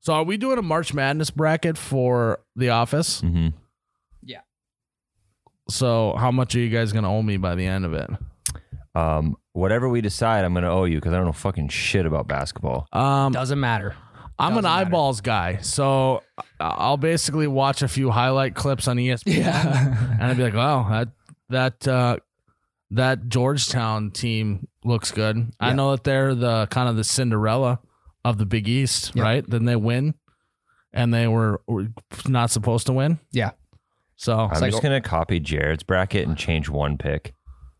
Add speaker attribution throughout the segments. Speaker 1: So are we doing a March Madness bracket for The Office?
Speaker 2: Mm-hmm.
Speaker 1: So how much are you guys gonna owe me by the end of it?
Speaker 2: Um, whatever we decide, I'm going to owe you because I don't know fucking shit about basketball.
Speaker 1: Um,
Speaker 3: Doesn't matter.
Speaker 1: I'm an
Speaker 3: doesn't matter.
Speaker 1: eyeballs guy, so I- I'll basically watch a few highlight clips on E ESPN,
Speaker 3: Yeah.
Speaker 1: and I'd be like, "Wow, that that uh, that Georgetown team looks good." I
Speaker 3: Yeah.
Speaker 1: know that they're the kind of the Cinderella of the Big East,
Speaker 3: Yeah.
Speaker 1: right? Then they win, and they were, were not supposed to win.
Speaker 3: Yeah.
Speaker 1: So
Speaker 2: I'm
Speaker 3: like-
Speaker 2: just going to copy Jared's bracket and change one pick.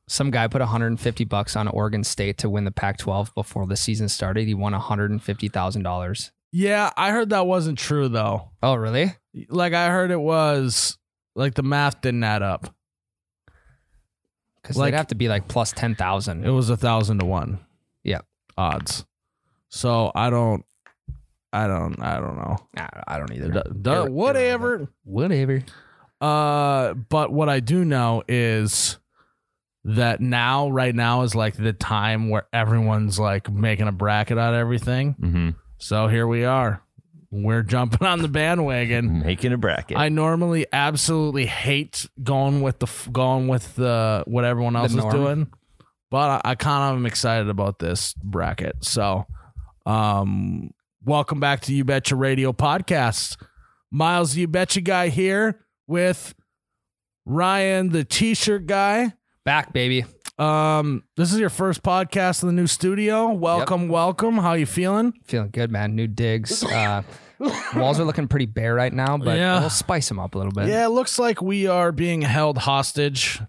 Speaker 3: Some guy put 150 bucks on Oregon State to win the Pac-12 before the season started. He won 150 thousand dollars.
Speaker 1: yeah, I heard that wasn't true though.
Speaker 3: Oh, really?
Speaker 1: Like I heard it was like the math didn't add up.
Speaker 3: Because
Speaker 1: Like-
Speaker 3: they'd have to be like plus ten
Speaker 1: It
Speaker 3: thousand.
Speaker 1: was a thousand to one.
Speaker 3: Yeah.
Speaker 1: Odds. So I don't, I don't, I don't know.
Speaker 3: Nah, I don't either.
Speaker 1: D- d- whatever.
Speaker 3: Whatever.
Speaker 1: Uh, but what I do know is that now, right now, is like the time where everyone's like making a bracket out of everything.
Speaker 2: Mm-hmm.
Speaker 1: So here we are. We're jumping on the bandwagon.
Speaker 2: Making a bracket.
Speaker 1: I normally absolutely hate going with the f- going with the what everyone else is
Speaker 3: norm.
Speaker 1: doing, but I, I kind of am excited about this bracket. So, um, welcome back to You Betcha Radio podcast. Miles, the you betcha guy here with Ryan, the T-shirt guy.
Speaker 3: Back, baby.
Speaker 1: Um, this is your first podcast in the new studio. Welcome, welcome. How you feeling?
Speaker 3: Feeling good, man. New digs. Uh, walls are looking pretty bare right now, but
Speaker 1: Yeah.
Speaker 3: we'll spice them up a little bit.
Speaker 1: Yeah, it looks like we are being held hostage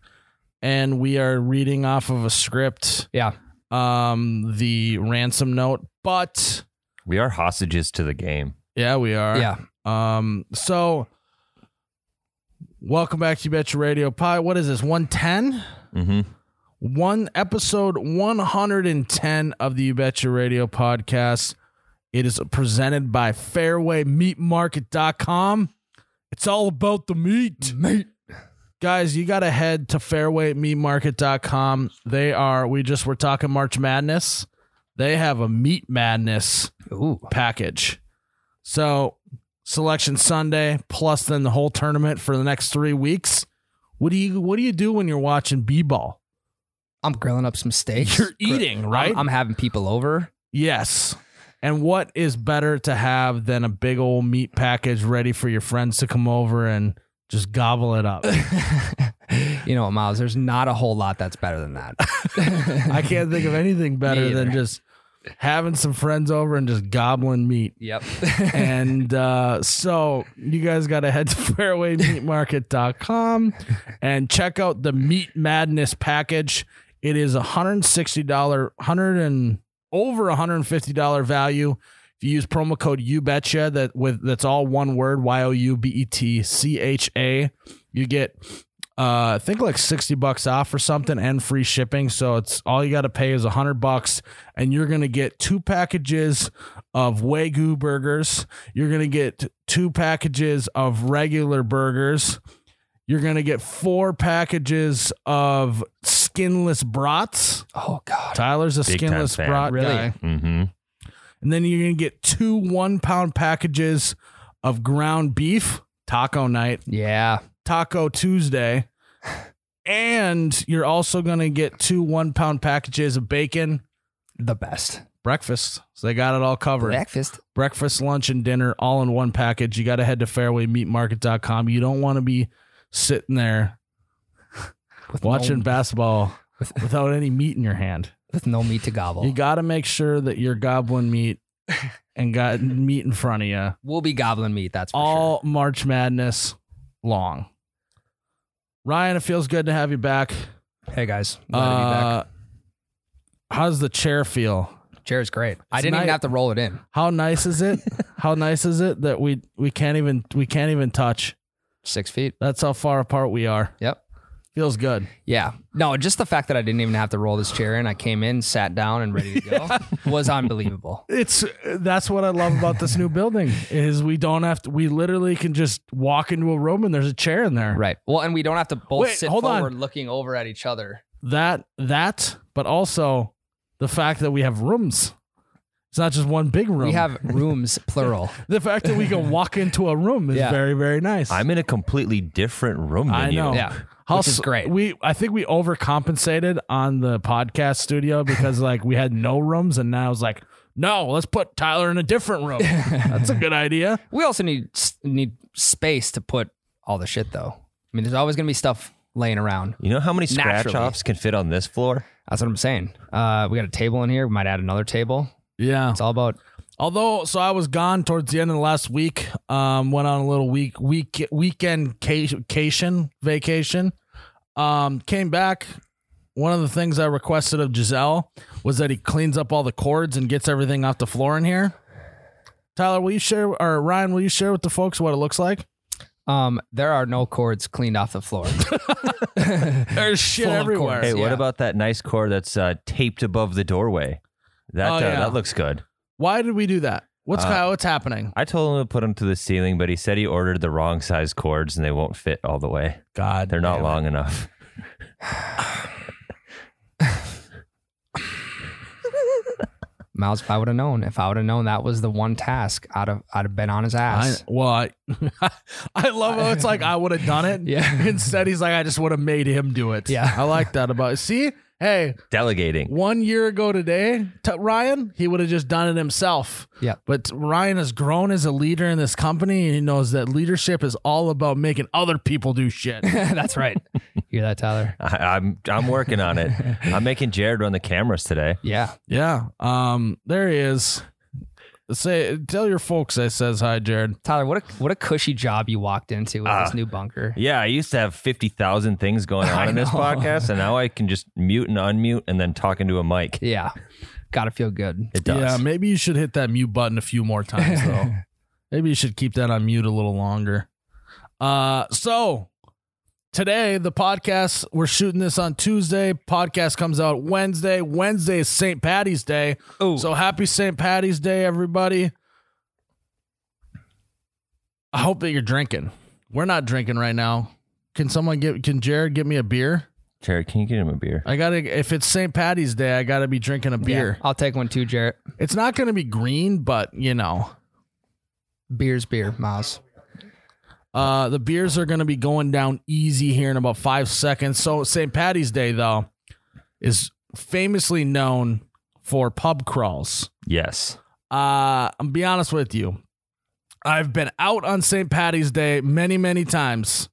Speaker 1: and we are reading off of a script,
Speaker 3: Yeah.
Speaker 1: um, the ransom note. But
Speaker 2: we are hostages to the game.
Speaker 1: yeah, we are.
Speaker 3: Yeah.
Speaker 1: Um, so welcome back to You Betcha Radio Pie. What is this? 110?
Speaker 2: Mm-hmm.
Speaker 1: One episode 110 of the You Betcha Radio podcast. It is presented by fairwaymeatmarket.com. It's all about the meat.
Speaker 3: Mate.
Speaker 1: guys you gotta head to fairwaymeatmarket.com they are we just were talking march madness they have a meat madness
Speaker 3: Ooh.
Speaker 1: package so selection sunday plus then the whole tournament for the next three weeks what do you what do you do when you're watching b-ball
Speaker 3: I'm grilling up some steaks.
Speaker 1: you're eating right
Speaker 3: I'm, I'm having people over.
Speaker 1: yes and what is better to have than a big old meat package ready for your friends to come over and just gobble it up
Speaker 3: you know what, Miles? There's not a whole lot that's better than that.
Speaker 1: I can't think of anything better than
Speaker 3: either.
Speaker 1: just having some friends over and just gobbling meat.
Speaker 3: Yep.
Speaker 1: And uh, so you guys got to head to fairwaymeatmarket.com and check out the Meat Madness package. It is $160, 100 and over $150 value. If you use promo code you betcha that with that's all one word Y O U B E T C H A, you get uh, I think like 60 bucks off or something and free shipping. So it's all you got to pay is 100 bucks and you're going to get two packages of Wagyu burgers. You're going to get two packages of regular burgers. You're going to get four packages of skinless brats.
Speaker 3: oh God.
Speaker 1: Tyler's a
Speaker 2: Big time
Speaker 1: skinless
Speaker 2: fan.
Speaker 1: brat
Speaker 3: Really?
Speaker 1: guy.
Speaker 2: Mm-hmm.
Speaker 1: And then you're going to get two one pound packages of ground beef, taco night.
Speaker 3: Yeah.
Speaker 1: Taco Tuesday. And you're also going to get two one pound packages of bacon
Speaker 3: The best.
Speaker 1: breakfast. So they got it all covered.
Speaker 3: Breakfast.
Speaker 1: Breakfast, lunch, and dinner all in one package. You got to head to fairwaymeatmarket.com. You don't want to be sitting there
Speaker 3: With
Speaker 1: watching
Speaker 3: No,
Speaker 1: basketball without any meat in your hand.
Speaker 3: with no meat to gobble.
Speaker 1: You got to make sure that you're gobbling meat and got meat in front of you
Speaker 3: we'll be gobbling meat. That's for
Speaker 1: all March Madness long. Ryan, it feels good to have you back. Oh.
Speaker 3: sure. Hey guys. Glad to be back.
Speaker 1: Uh, How's the chair feel?
Speaker 3: Chair's great. I didn't even
Speaker 1: nice.
Speaker 3: have to roll it in.
Speaker 1: How nice is it? how nice is it that we we can't even we can't even touch?
Speaker 3: Six feet.
Speaker 1: That's how far apart we are.
Speaker 3: Yep.
Speaker 1: Feels good.
Speaker 3: Yeah. No, just the fact that I didn't even have to roll this chair in, I came in, sat down, and ready to go was unbelievable.
Speaker 1: It's that's what I love about this new building is we don't have to we literally can just walk into a room and there's a chair in there.
Speaker 3: Right. Well, and we don't have to both
Speaker 1: Wait,
Speaker 3: sit
Speaker 1: hold on.
Speaker 3: forward looking over at each other.
Speaker 1: That that but also the fact that we have rooms. It's not just one big room.
Speaker 3: We have rooms plural.
Speaker 1: the fact that we can walk into a room is
Speaker 3: Yeah.
Speaker 1: very, very nice.
Speaker 2: I'm in a completely different room than
Speaker 1: I
Speaker 2: you.
Speaker 1: know.
Speaker 3: Yeah.
Speaker 1: How
Speaker 3: Which is
Speaker 1: s-
Speaker 3: great.
Speaker 1: We I think we overcompensated on the podcast studio because like we had no rooms and now it's like, no, let's put Tyler in a different room. That's a good idea.
Speaker 3: We also need s- need space to put all the shit though. I mean, there's always gonna be stuff laying around.
Speaker 2: You know how many scratch
Speaker 3: Naturally.
Speaker 2: offs can fit on this floor?
Speaker 3: That's what I'm saying. Uh, we got a table in here. We might add another table.
Speaker 1: Yeah.
Speaker 3: It's all about
Speaker 1: Although, so I was gone towards the end of the last week. Um, went on a little week week weekend ca- vacation vacation. Um, came back. One of the things I requested of Giselle was that he cleans up all the cords and gets everything off the floor in here. Tyler, will you share or Ryan, will you share with the folks what it looks like?
Speaker 3: um, there are no cords cleaned off the floor.
Speaker 1: There's shit
Speaker 3: Full of
Speaker 1: everywhere.
Speaker 3: cords.
Speaker 2: Hey, what
Speaker 3: Yeah.
Speaker 2: about that nice cord that's uh, taped above the doorway? That
Speaker 1: Oh,
Speaker 2: uh,
Speaker 1: yeah.
Speaker 2: that looks good.
Speaker 1: Why did we do that? What's
Speaker 2: Uh,
Speaker 1: what's happening?
Speaker 2: I told him to put them to the ceiling, but he said he ordered the wrong size cords and they won't fit all the way.
Speaker 1: God,
Speaker 2: They're not
Speaker 1: damn it.
Speaker 2: long enough.
Speaker 3: Miles, if I would have known, if I would have known that was the one task, I'd have I'd have been on his
Speaker 1: I,
Speaker 3: ass.
Speaker 1: well, I, I love how it's like I would have done it.
Speaker 3: Yeah.
Speaker 1: Instead, he's like, I just would have made him do it.
Speaker 3: Yeah.
Speaker 1: I like that about it. See, hey,
Speaker 2: Delegating.
Speaker 1: one year ago today, t- Ryan, he would have just done it himself.
Speaker 3: Yeah.
Speaker 1: But Ryan has grown as a leader in this company and he knows that leadership is all about making other people do shit.
Speaker 3: That's right. You hear that, Tyler?
Speaker 2: I, I'm I'm working on it. I'm making Jared run the cameras today.
Speaker 3: Yeah.
Speaker 1: yeah. Um, there he is. Say, tell your folks I says hi, Jared.
Speaker 3: Tyler, what a what a cushy job you walked into with
Speaker 2: Ah.
Speaker 3: this new bunker.
Speaker 2: Yeah, I used to have 50,000 things going on
Speaker 3: I
Speaker 2: in this
Speaker 3: know.
Speaker 2: podcast, and now I can just mute and unmute and then talk into a mic.
Speaker 3: Yeah. Gotta feel good.
Speaker 2: It does.
Speaker 1: Yeah, um, maybe you should hit that mute button a few more times though. maybe you should keep that on mute a little longer. Uh so today the podcast we're shooting this on Tuesday. Podcast comes out Wednesday. Wednesday is St. Patty's Day.
Speaker 3: Oh,
Speaker 1: So happy St. Patty's Day everybody. I hope that you're drinking. We're not drinking right now. Can someone get can Jared get me a beer?
Speaker 2: Jared, can you get him a beer?
Speaker 1: I got to if it's St. Patty's Day, I got to be drinking a beer.
Speaker 3: I'll take one too, Jarrett.
Speaker 1: It's not going to be green, but you know.
Speaker 3: Beer's beer, Miles.
Speaker 1: Uh, the beers are going to be going down easy here in about five seconds. So St. Patty's Day, though, is famously known for pub crawls.
Speaker 2: Yes.
Speaker 1: Uh, I'm be honest with you, I've been out on St. Patty's Day many, many times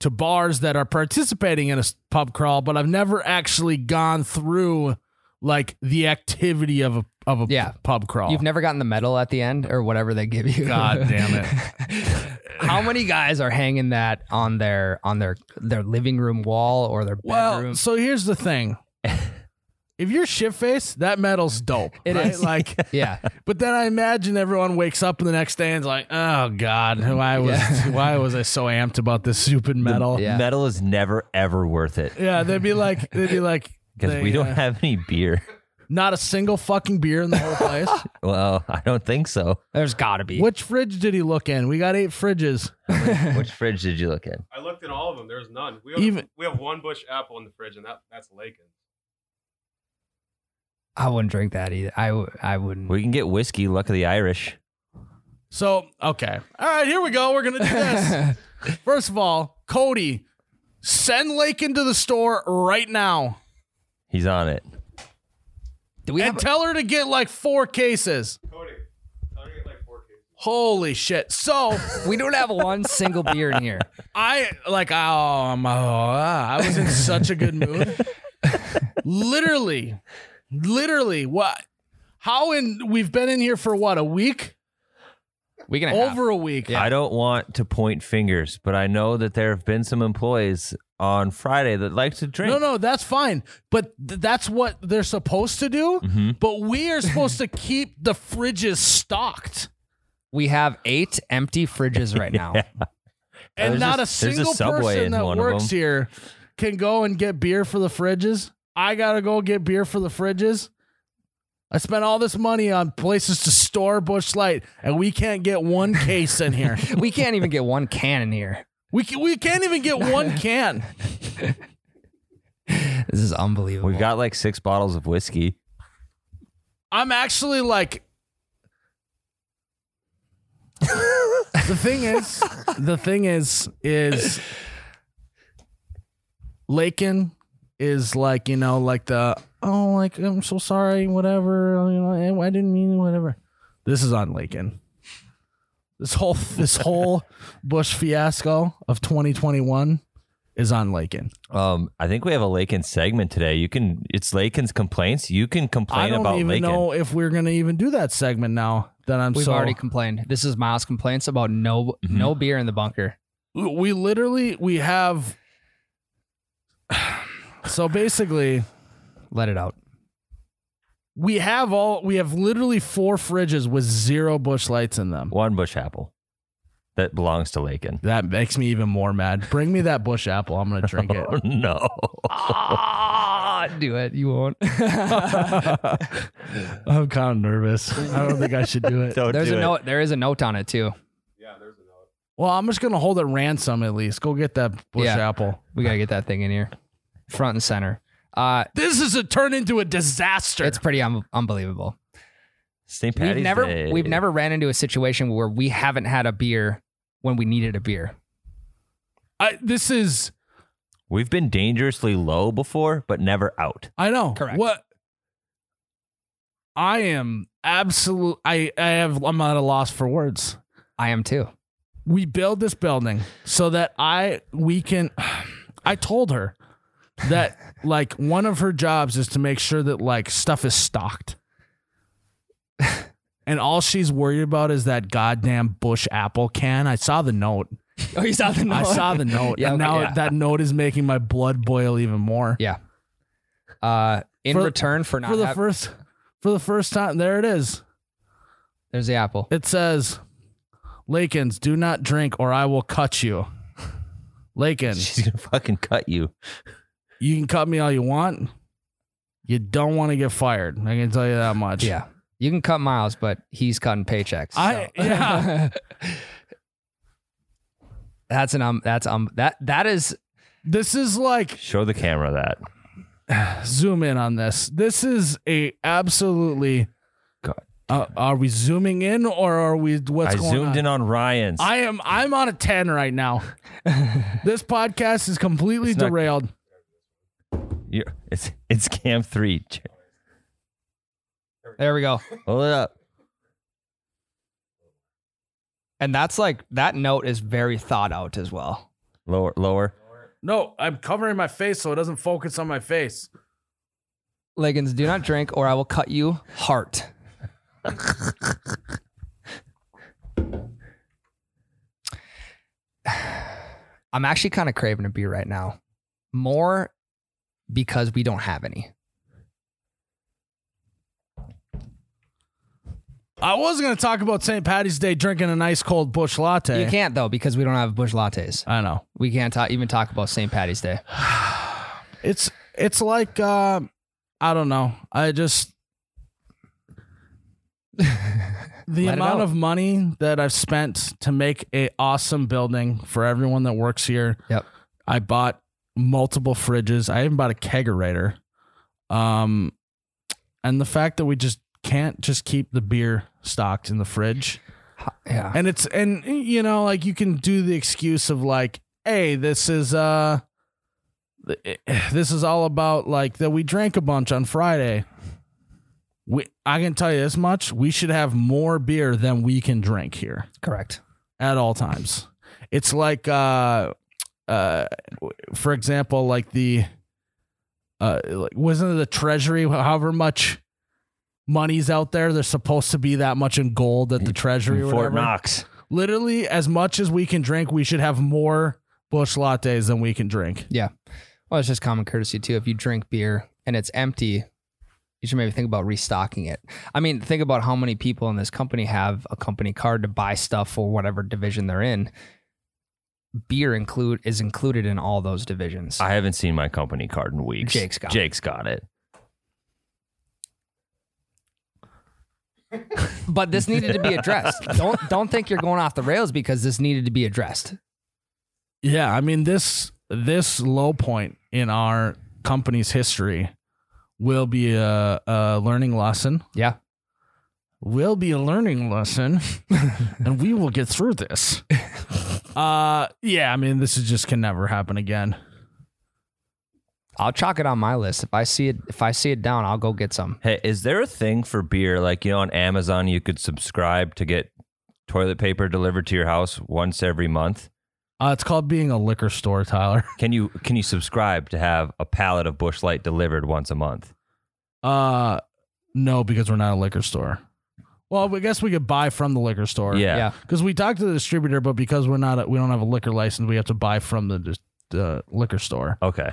Speaker 1: to bars that are participating in a s- pub crawl, but I've never actually gone through like the activity of a of a
Speaker 3: Yeah.
Speaker 1: pub crawl.
Speaker 3: You've never gotten the medal at the end or whatever they give you.
Speaker 1: Oh. God damn it.
Speaker 3: How many guys are hanging that on their on their their living room wall or their
Speaker 1: Well,
Speaker 3: bedroom?
Speaker 1: so here's the thing. If you're shit faced, that metal's dope.
Speaker 3: It
Speaker 1: right?
Speaker 3: is.
Speaker 1: like,
Speaker 3: yeah,
Speaker 1: but then I imagine everyone wakes up the next day and's like, "Oh God, why was
Speaker 3: Mm, Yeah.
Speaker 1: why was I so amped about this stupid metal?" yeah.
Speaker 3: Yeah.
Speaker 2: Metal is never, ever worth it
Speaker 1: they'd be like, they'd be like,
Speaker 2: because
Speaker 1: they,
Speaker 2: we don't
Speaker 1: uh,
Speaker 2: have any beer.
Speaker 1: not a single fucking beer in the whole place.
Speaker 2: Well, I don't think so.
Speaker 3: there's gotta be.
Speaker 1: Which fridge did he look in? We got eight fridges.
Speaker 2: Which fridge did you look in?
Speaker 4: I looked in all of them. There was none. We have,
Speaker 1: Even-
Speaker 4: we have one bush apple in the fridge, and that that's Lakin.
Speaker 3: I wouldn't drink that either. I w- I wouldn't.
Speaker 2: We can get whiskey, luck of the Irish.
Speaker 1: So okay, all right, here we go. We're gonna do this. First of all, Cody, send Lake into the store right now.
Speaker 2: He's on it.
Speaker 3: Do we
Speaker 1: and
Speaker 3: have?
Speaker 1: tell her to get like four cases.
Speaker 4: Cody, tell her to get like four cases.
Speaker 1: Holy shit! So
Speaker 3: we don't have one single beer in here.
Speaker 1: I like oh, I'm, oh ah, I was in such a good mood. literally, literally, what? How in we've been in here for what a week?
Speaker 3: We can have.
Speaker 1: Over a week.
Speaker 2: I don't want to point fingers, but I know that there have been some employees on Friday that like to drink.
Speaker 1: No, no, that's fine. But th- that's what they're supposed to
Speaker 3: Mm.
Speaker 1: do.
Speaker 2: Mm-hmm.
Speaker 1: But we are supposed to keep the fridges stocked.
Speaker 3: We have eight empty fridges right now.
Speaker 1: and
Speaker 2: There's
Speaker 1: not
Speaker 2: a-
Speaker 1: a,
Speaker 2: there's a
Speaker 1: single
Speaker 2: Subway in
Speaker 1: person that
Speaker 2: one of
Speaker 1: works
Speaker 2: them.
Speaker 1: here can go and get beer for the fridges. I gotta go get beer for the fridges. I spent all this money on places to store Bush Light, and we can't get one case in here.
Speaker 3: We can't even get one can in here.
Speaker 1: We can, we can't even get one can.
Speaker 3: This is unbelievable.
Speaker 2: We've got like six bottles of whiskey.
Speaker 1: I'm actually like. the thing is, the thing is, is Lakin is like you know like the oh like I'm so sorry whatever you know I didn't mean whatever. This is on Lakin. This whole this whole Bush fiasco of 2021 is on Lakin.
Speaker 2: Um, I think we have a Lakin segment today. You can it's Lakin's complaints. You can
Speaker 1: I
Speaker 2: complain
Speaker 1: don't
Speaker 2: about
Speaker 1: even
Speaker 2: Lakin.
Speaker 1: know if we're gonna even do that segment now. That I'm
Speaker 3: We've
Speaker 1: so
Speaker 3: already complained. This is Miles' complaints about no
Speaker 1: Mm-hmm.
Speaker 2: Mhm.
Speaker 3: no beer in the bunker.
Speaker 1: we literally we have so basically
Speaker 3: Let it out.
Speaker 1: we have all we have literally four fridges with zero bush lights in them
Speaker 2: One bush apple that belongs to Lakin.
Speaker 1: that makes me even more mad bring me that bush apple i'm gonna drink it
Speaker 2: Oh no.
Speaker 3: Ah, do it. You won't.
Speaker 1: i'm kind of nervous i don't think i should do it
Speaker 2: Don't
Speaker 3: There's
Speaker 2: do
Speaker 3: a
Speaker 2: it.
Speaker 3: note. There is a note on it too.
Speaker 4: Yeah, there's a note.
Speaker 1: well i'm just gonna hold it ransom at least go get that bush
Speaker 3: Yeah.
Speaker 1: apple
Speaker 3: We gotta get that thing in here, front and center. Uh,
Speaker 1: this is a turn into a disaster
Speaker 3: it's pretty un- unbelievable.
Speaker 2: St. Patty's
Speaker 3: we've never
Speaker 2: Day.
Speaker 3: we've never ran into a situation where we haven't had a beer when we needed a beer.
Speaker 1: I, this is
Speaker 2: We've been dangerously low before, but never out.
Speaker 1: I know.
Speaker 3: Correct.
Speaker 1: What I am absolute I I have I'm at a loss for words.
Speaker 3: I am too.
Speaker 1: We build this building so that I we can I told her that like one of her jobs is to make sure that like stuff is stocked. And all she's worried about is that goddamn bush apple can. I saw the note.
Speaker 3: Oh, you saw the
Speaker 1: I saw the note.
Speaker 3: Yeah,
Speaker 1: and
Speaker 3: okay,
Speaker 1: now
Speaker 3: yeah.
Speaker 1: that note is making my blood boil even more.
Speaker 3: Yeah. Uh, in
Speaker 1: For-
Speaker 3: return for not
Speaker 1: for the
Speaker 3: hav-
Speaker 1: first for the first time there it is
Speaker 3: there's the apple.
Speaker 1: it says lakins do not drink or i will cut you lakin
Speaker 2: She's gonna fucking cut you.
Speaker 1: you can cut me all you want you don't want to get fired i can tell you that much
Speaker 3: Yeah. You can cut miles, but he's cutting paychecks.
Speaker 1: I-
Speaker 3: so.
Speaker 1: yeah.
Speaker 3: that's an um. That's um. That that is
Speaker 1: this is like
Speaker 2: Show the camera that.
Speaker 1: zoom in on this this is a absolutely
Speaker 2: God.
Speaker 1: Uh, are we zooming in or are we what's
Speaker 2: I
Speaker 1: going
Speaker 2: zoomed
Speaker 1: on?
Speaker 2: in on Ryan's.
Speaker 1: i am i'm on a 10 right now this podcast is completely
Speaker 2: It's not-
Speaker 1: derailed
Speaker 2: You're- it's it's cam three. Ch-
Speaker 3: there we go.
Speaker 2: Hold it up.
Speaker 3: And that's like that note is very thought out as well.
Speaker 2: Lower lower.
Speaker 1: no i'm covering my face so it doesn't focus on my face
Speaker 3: Leggings, do not drink, or I will cut you heart. I'm actually kind of craving a beer right now, more because we don't have any.
Speaker 1: I was going to talk about St. Patty's Day drinking an ice cold bush latte.
Speaker 3: You can't though because we don't have bush lattes.
Speaker 1: I know.
Speaker 3: We can't ta- even talk about St. Patty's Day.
Speaker 1: It's it's like uh, I don't know. I just the
Speaker 3: Let it
Speaker 1: amount
Speaker 3: out.
Speaker 1: of money that I've spent to make a awesome building for everyone that works here.
Speaker 3: Yep.
Speaker 1: I bought multiple fridges. I even bought a kegerator. Um and the fact that we just can't just keep the beer stocked in the fridge.
Speaker 3: Yeah.
Speaker 1: and it's and you know like you can do the excuse of like hey this is uh th- this is all about like that we drank a bunch on friday we i can tell you this much we should have more beer than we can drink here
Speaker 3: Correct.
Speaker 1: at all times it's like uh uh for example like the uh like wasn't it the treasury however much money's out there there's supposed to be that much in gold at the treasury or
Speaker 2: Fort
Speaker 1: whatever
Speaker 2: Knox.
Speaker 1: literally as much as we can drink, we should have more bush lattes than we can drink.
Speaker 3: Well, it's just common courtesy too. If you drink beer and it's empty, you should maybe think about restocking it. I mean, think about how many people in this company have a company card to buy stuff for whatever division they're in. Beer include is included in all those divisions.
Speaker 2: I haven't seen my company card in weeks.
Speaker 3: Jake's got it.
Speaker 2: Jake's got it.
Speaker 3: but this needed to be addressed. don't don't think you're going off the rails because this needed to be addressed.
Speaker 1: Yeah, I mean this this low point in our company's history will be a, a learning lesson.
Speaker 3: Yeah.
Speaker 1: Will be a learning lesson, and we will get through this. Uh, yeah, I mean, this is just can never happen again.
Speaker 3: I'll chalk it on my list. If I see it, if I see it down, I'll go get some.
Speaker 2: Hey, is there a thing for beer? Like, you know, on Amazon, you could subscribe to get toilet paper delivered to your house once every month.
Speaker 1: Uh, it's called being a liquor store, Tyler.
Speaker 2: Can you can you subscribe to have a pallet of Bush Light delivered once a month?
Speaker 1: Uh, no, because we're not a liquor store. Well, I guess we could buy from the liquor store.
Speaker 2: yeah.
Speaker 3: Yeah.
Speaker 1: because we talked to the distributor, but because we're not, a, we don't have a liquor license, we have to buy from the dis- the liquor store.
Speaker 2: Okay.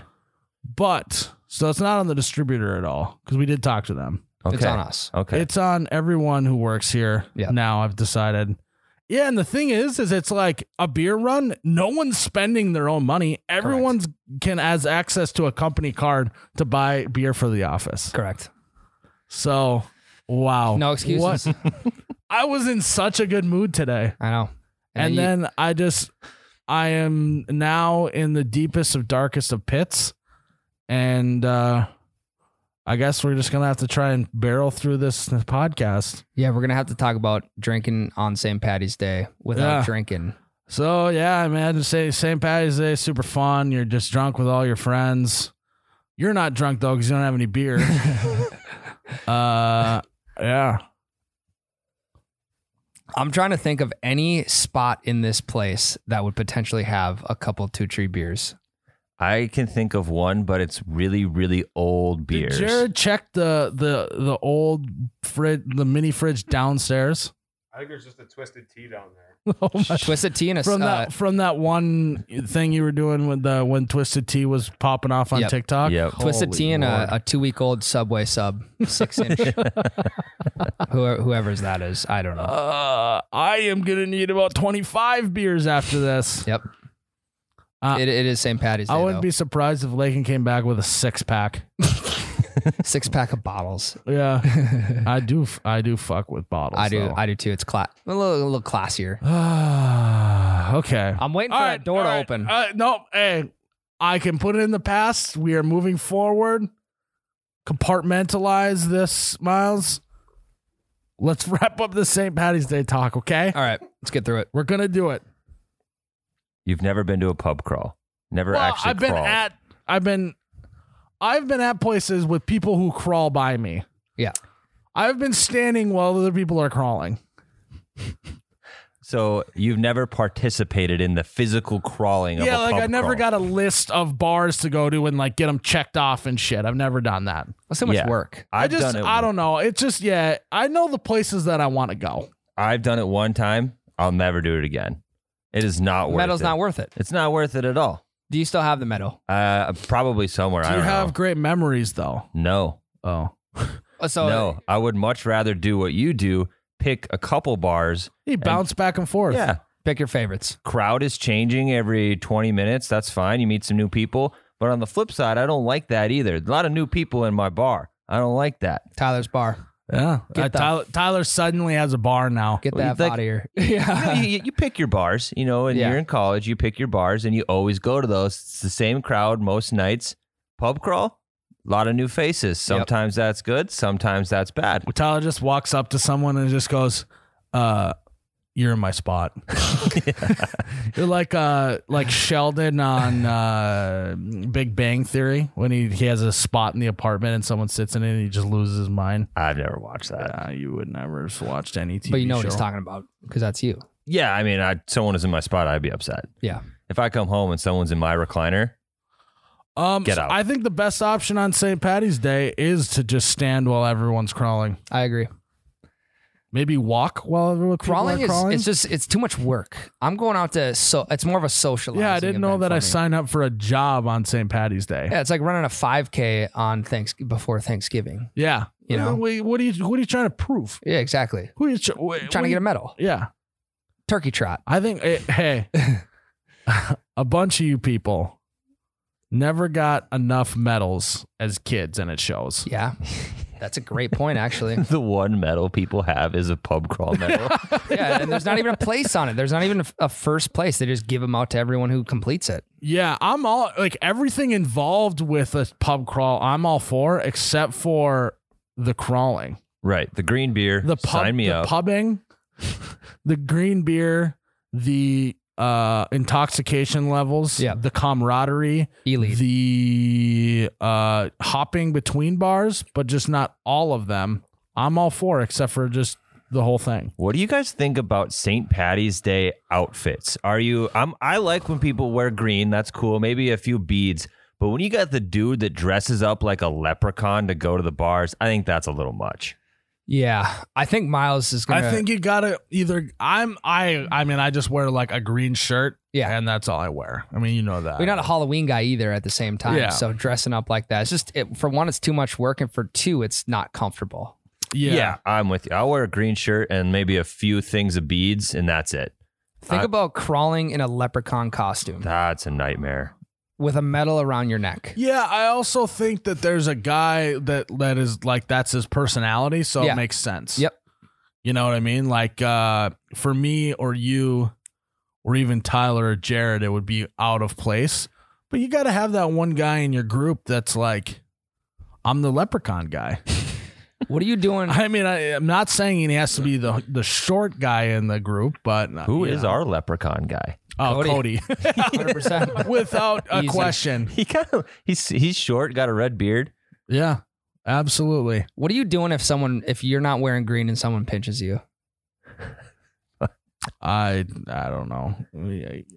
Speaker 1: But so it's not on the distributor at all because we did talk to them.
Speaker 2: Okay.
Speaker 3: It's on us.
Speaker 2: Okay.
Speaker 1: It's on everyone who works here.
Speaker 3: Yeah.
Speaker 1: Now I've decided. Yeah, and the thing is, is it's like a beer run. No one's spending their own money. Everyone's can has access to a company card to buy beer for the office.
Speaker 3: Correct.
Speaker 1: So, wow.
Speaker 3: No excuses.
Speaker 1: What- I was in such a good mood today.
Speaker 3: I know.
Speaker 1: and
Speaker 3: you-
Speaker 1: then I just I am now in the deepest of darkest of pits, and uh I guess we're just gonna have to try and barrel through this podcast.
Speaker 3: yeah, we're gonna have to talk about drinking on St. Patty's Day without
Speaker 1: Yeah.
Speaker 3: drinking.
Speaker 1: So yeah, I mean, I just say St. Patty's Day, super fun. You're just drunk with all your friends. You're not drunk though because you don't have any beer. uh, yeah.
Speaker 3: I'm trying to think of any spot in this place that would potentially have a couple two tree beers.
Speaker 2: I can think of one, but it's really, really old beers.
Speaker 1: Did Jared check the the the old fridge, the mini fridge downstairs?
Speaker 4: I think there's just a twisted tea down there.
Speaker 1: Oh my
Speaker 3: Twisted tea and a
Speaker 1: from
Speaker 3: uh,
Speaker 1: that from that one thing you were doing with the when Twisted Tea was popping off on
Speaker 3: Yep.
Speaker 1: TikTok.
Speaker 2: Yep.
Speaker 3: twisted
Speaker 1: Holy
Speaker 3: tea and a,
Speaker 1: Lord.
Speaker 3: a two week old Subway sub, six inch. Whoever, whoever's that is, I don't know.
Speaker 1: Uh, I am gonna need about twenty five beers after this.
Speaker 3: yep.
Speaker 1: Uh,
Speaker 3: it, it is St. Patty's Day.
Speaker 1: I wouldn't be surprised if Lakin came back with a six pack.
Speaker 3: six pack of bottles.
Speaker 1: Yeah,
Speaker 3: I
Speaker 1: I do. f- I do fuck with bottles.
Speaker 3: do. I do too. It's cla- a, little, a little classier.
Speaker 1: do. okay.
Speaker 3: I'm waiting
Speaker 1: All
Speaker 3: for
Speaker 1: right,
Speaker 3: that door
Speaker 1: all
Speaker 3: to
Speaker 1: right.
Speaker 3: open.
Speaker 1: Uh, no, hey, I can put it in the past. We are moving forward. Compartmentalize this, Miles. Let's wrap up the St. Patty's Day talk, okay?
Speaker 3: All right, let's get through it.
Speaker 1: We're gonna do it.
Speaker 2: You've never been to a pub crawl. Never
Speaker 1: Well,
Speaker 2: actually
Speaker 1: I've been
Speaker 2: crawled.
Speaker 1: at, I've been, I've been at places with people who crawl by me.
Speaker 3: Yeah.
Speaker 1: I've been standing while other people are crawling.
Speaker 2: so you've never participated in the physical crawling of
Speaker 1: yeah,
Speaker 2: a
Speaker 1: like
Speaker 2: pub
Speaker 1: I never
Speaker 2: crawl.
Speaker 1: got a list of bars to go to and like get them checked off and shit. I've never done that.
Speaker 3: That's so much
Speaker 2: Yeah.
Speaker 3: work.
Speaker 1: i
Speaker 2: I've
Speaker 1: just,
Speaker 2: done it
Speaker 1: I don't know. It's just, yeah, I know the places that I want to go.
Speaker 2: I've done it one time. I'll never do it again. It is not worth
Speaker 3: Metal's
Speaker 2: it.
Speaker 3: not worth it.
Speaker 2: it's not worth it at all.
Speaker 3: Do you still have the medal?
Speaker 2: Uh, probably somewhere.
Speaker 1: Do
Speaker 2: I
Speaker 1: you
Speaker 2: don't
Speaker 1: have
Speaker 2: know.
Speaker 1: great memories though?
Speaker 2: No,
Speaker 1: Oh,
Speaker 3: Uh, So
Speaker 2: no. I would much rather do what you do. Pick a couple bars.
Speaker 1: he bounced back and forth.
Speaker 2: Yeah,
Speaker 3: pick your favorites.
Speaker 2: crowd is changing every 20 minutes. That's fine. You meet some new people. But on the flip side, I don't like that either. A lot of new people in my bar. I don't like that.
Speaker 3: Tyler's bar.
Speaker 1: yeah.
Speaker 3: Get
Speaker 1: Uh,
Speaker 3: the-
Speaker 1: Tyler, Tyler suddenly has a bar now.
Speaker 3: Get
Speaker 2: Well, you
Speaker 3: that
Speaker 2: think-
Speaker 3: out of here.
Speaker 2: You, know,
Speaker 3: Yeah.
Speaker 2: you- you pick your bars, you know, and
Speaker 3: Yeah.
Speaker 2: you're in college, you pick your bars and you always go to those. It's the same crowd most nights. Pub crawl, a lot of new faces. Sometimes that's good, sometimes that's bad.
Speaker 1: Tyler just walks up to someone and just goes, uh, "You're in my spot." You're like uh, like Sheldon on uh, Big Bang Theory when he he has a spot in the apartment and someone sits in it and he just loses his mind.
Speaker 2: I've never watched that.
Speaker 1: Uh, you would never have watched any TV
Speaker 3: But you know what he's
Speaker 1: show.
Speaker 3: talking about because that's you.
Speaker 2: Yeah, I mean, I, someone is in my spot, I'd be upset.
Speaker 3: Yeah.
Speaker 2: If I come home and someone's in my recliner,
Speaker 1: Um,
Speaker 2: Get
Speaker 1: so
Speaker 2: out.
Speaker 1: I think the best option on St. Patty's Day is to just stand while everyone's crawling.
Speaker 3: I agree.
Speaker 1: Maybe walk while everyone's
Speaker 3: Crawling
Speaker 1: crawling.
Speaker 3: is
Speaker 1: crawling.
Speaker 3: it's just it's too much work. I'm going out to so it's more of a socializing.
Speaker 1: yeah, I didn't know
Speaker 3: event
Speaker 1: that
Speaker 3: for
Speaker 1: I
Speaker 3: me.
Speaker 1: signed up for a job on St. Patty's Day.
Speaker 3: Yeah, it's like running a 5K on thanks before Thanksgiving.
Speaker 1: Yeah,
Speaker 3: You know?
Speaker 1: Wait, what are you? What are you trying to prove?
Speaker 3: Yeah, exactly.
Speaker 1: Who are you tr- wait,
Speaker 3: trying to
Speaker 1: what
Speaker 3: get a
Speaker 1: are
Speaker 3: medal.
Speaker 1: you- Yeah,
Speaker 3: Turkey trot.
Speaker 1: I think. eh, hey, a bunch of you people never got enough medals as kids, and it shows.
Speaker 3: Yeah. That's a great point, actually.
Speaker 2: The one medal people have is a pub crawl medal.
Speaker 3: yeah, and there's not even a place on it. There's not even a, a first place. They just give them out to everyone who completes it.
Speaker 1: Yeah, I'm all like everything involved with a pub crawl. I'm all for except for the crawling,
Speaker 2: right. The green beer.
Speaker 1: the pub,
Speaker 2: Sign me
Speaker 1: the
Speaker 2: up.
Speaker 1: pubbing, the green beer, the uh intoxication levels,
Speaker 3: Yeah.
Speaker 1: the camaraderie,
Speaker 3: Elite.
Speaker 1: the uh hopping between bars, but just not all of them. I'm all for except for just the whole thing.
Speaker 2: What do you guys think about St. Patty's Day outfits? Are you I'm I like when people wear green, that's cool, maybe a few beads. But when you got the dude that dresses up like a leprechaun to go to the bars, I think that's a little much.
Speaker 3: yeah, I think Miles is gonna.
Speaker 1: I think you gotta either I'm I I mean I just wear like a green shirt.
Speaker 3: Yeah.
Speaker 1: And that's all I wear. I mean, you know that.
Speaker 3: we're not a Halloween guy either. At the same time,
Speaker 1: Yeah.
Speaker 3: so dressing up like that, it's just it, for one, it's too much work, and for two, it's not comfortable.
Speaker 1: yeah.
Speaker 2: I'm with you. I'll wear a green shirt and maybe a few things of beads and that's it.
Speaker 3: Think
Speaker 2: I-
Speaker 3: about crawling in a leprechaun costume
Speaker 2: That's a nightmare.
Speaker 3: with a medal around your neck.
Speaker 1: Yeah, I also think that there's a guy that that is like that's his personality, so
Speaker 3: Yeah.
Speaker 1: it makes sense.
Speaker 3: Yep.
Speaker 1: You know what I mean? Like uh for me or you or even Tyler or Jared, it would be out of place. But you got to have that one guy in your group that's like I'm the leprechaun guy.
Speaker 3: What are you doing?
Speaker 1: I mean, I, I'm not saying he has to be the the short guy in the group, but uh,
Speaker 2: Who is our leprechaun guy?
Speaker 1: oh Cody,
Speaker 3: Cody? 100%.
Speaker 1: without a
Speaker 3: Easy.
Speaker 1: question?
Speaker 2: He kind of he's he's short, got a red beard.
Speaker 1: Yeah, absolutely.
Speaker 3: What are you doing if someone if you're not wearing green and someone pinches you?
Speaker 1: I I don't know.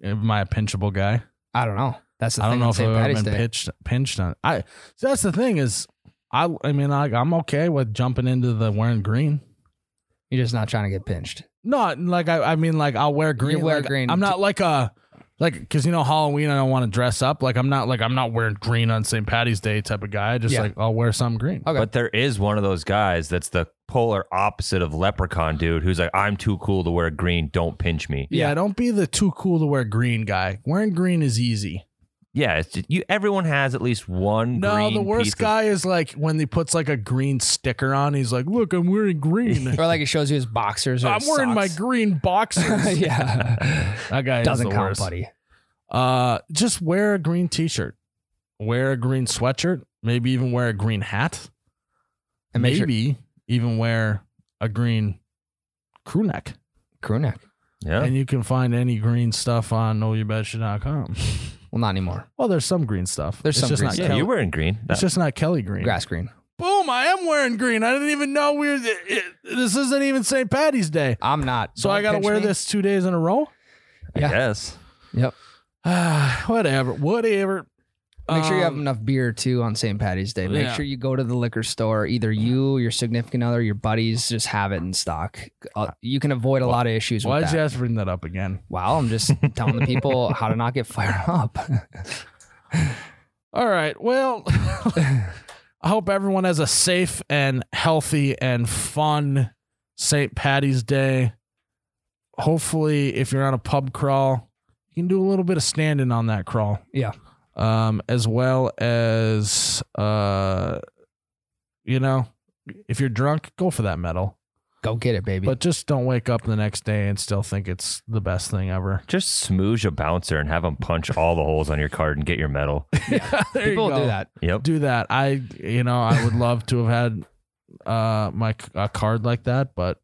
Speaker 1: Am I a pinchable guy?
Speaker 3: I don't know. That's the
Speaker 1: I don't
Speaker 3: thing.
Speaker 1: know
Speaker 3: on
Speaker 1: if
Speaker 3: St.
Speaker 1: I've ever
Speaker 3: Patty's
Speaker 1: been
Speaker 3: Day.
Speaker 1: pitched pinched on. I so that's the thing is, I I mean I I'm okay with jumping into the wearing green.
Speaker 3: You're just not trying to get pinched.
Speaker 1: No, like I I mean like I'll wear green.
Speaker 3: wear
Speaker 1: like,
Speaker 3: green.
Speaker 1: I'm not like a like because you know Halloween I don't want to dress up. Like I'm not like I'm not wearing green on St. Patty's Day type of guy. I just
Speaker 3: Yeah. Oh,
Speaker 1: like I'll wear some green.
Speaker 3: Okay.
Speaker 2: But there is one of those guys that's the polar opposite of leprechaun dude who's like, I'm too cool to wear green. Don't pinch me.
Speaker 1: Yeah,
Speaker 3: Yeah.
Speaker 1: don't be the too cool to wear green guy. Wearing green is easy.
Speaker 2: Yeah, it's just, you. Everyone has at least one.
Speaker 1: No,
Speaker 2: green
Speaker 1: the
Speaker 2: piece
Speaker 1: worst
Speaker 2: of-
Speaker 1: guy is like when he puts like a green sticker on. He's like, "Look, I'm wearing green."
Speaker 3: or like it shows you his boxers. Or
Speaker 1: I'm
Speaker 3: his
Speaker 1: wearing my
Speaker 3: socks.
Speaker 1: green boxers.
Speaker 3: yeah.
Speaker 1: That guy
Speaker 3: Doesn't
Speaker 1: is the
Speaker 3: count,
Speaker 1: worst.
Speaker 3: buddy.
Speaker 1: Uh, just wear a green t-shirt, wear a green sweatshirt, maybe even wear a green hat,
Speaker 3: And make sure-
Speaker 1: maybe even wear a green crew neck,
Speaker 3: crew neck.
Speaker 2: Yeah,
Speaker 1: and you can find any green stuff on knowyourbedshow.com.
Speaker 3: Well, not anymore.
Speaker 1: Well, there's some green stuff.
Speaker 3: There's
Speaker 1: It's
Speaker 3: some
Speaker 1: just
Speaker 3: green
Speaker 1: not
Speaker 3: stuff.
Speaker 2: yeah.
Speaker 1: Kelly-
Speaker 2: You're wearing green.
Speaker 1: it's just not Kelly green.
Speaker 3: Grass green.
Speaker 1: Boom! I am wearing green. I didn't even know we were. It, it- this isn't even St. Patty's Day,
Speaker 3: I'm not.
Speaker 1: so
Speaker 3: Don't
Speaker 1: I got to
Speaker 3: pinch
Speaker 1: wear
Speaker 3: me.
Speaker 1: this two days in a row.
Speaker 3: yeah.
Speaker 2: Yes.
Speaker 3: Yep.
Speaker 1: whatever, whatever.
Speaker 3: Make sure you have
Speaker 1: Um,
Speaker 3: enough beer too on St. Patty's Day. Make
Speaker 1: yeah.
Speaker 3: sure you go to the liquor store. Either you, your significant other, your buddies, just have it in stock. Uh, you can avoid a lot of issues with
Speaker 1: Why
Speaker 3: that.
Speaker 1: did you have to bring that up again?
Speaker 3: Wow, I'm just telling the people how to not get fired up.
Speaker 1: All right. Well, I hope everyone has a safe and healthy and fun St. Patty's Day. Hopefully, if you're on a pub crawl, you can do a little bit of standing on that crawl.
Speaker 3: Yeah.
Speaker 1: Um, as well as, uh, you know, if you're drunk, go for that medal.
Speaker 3: Go get it, baby.
Speaker 1: But just don't wake up the next day and still think it's the best thing ever.
Speaker 2: Just smooge a bouncer and have him punch all the holes on your card and get your medal.
Speaker 1: There you
Speaker 3: people
Speaker 1: go.
Speaker 3: do that.
Speaker 2: Yep.
Speaker 1: do that. I, you know, I would love to have had uh my c- a card like that, but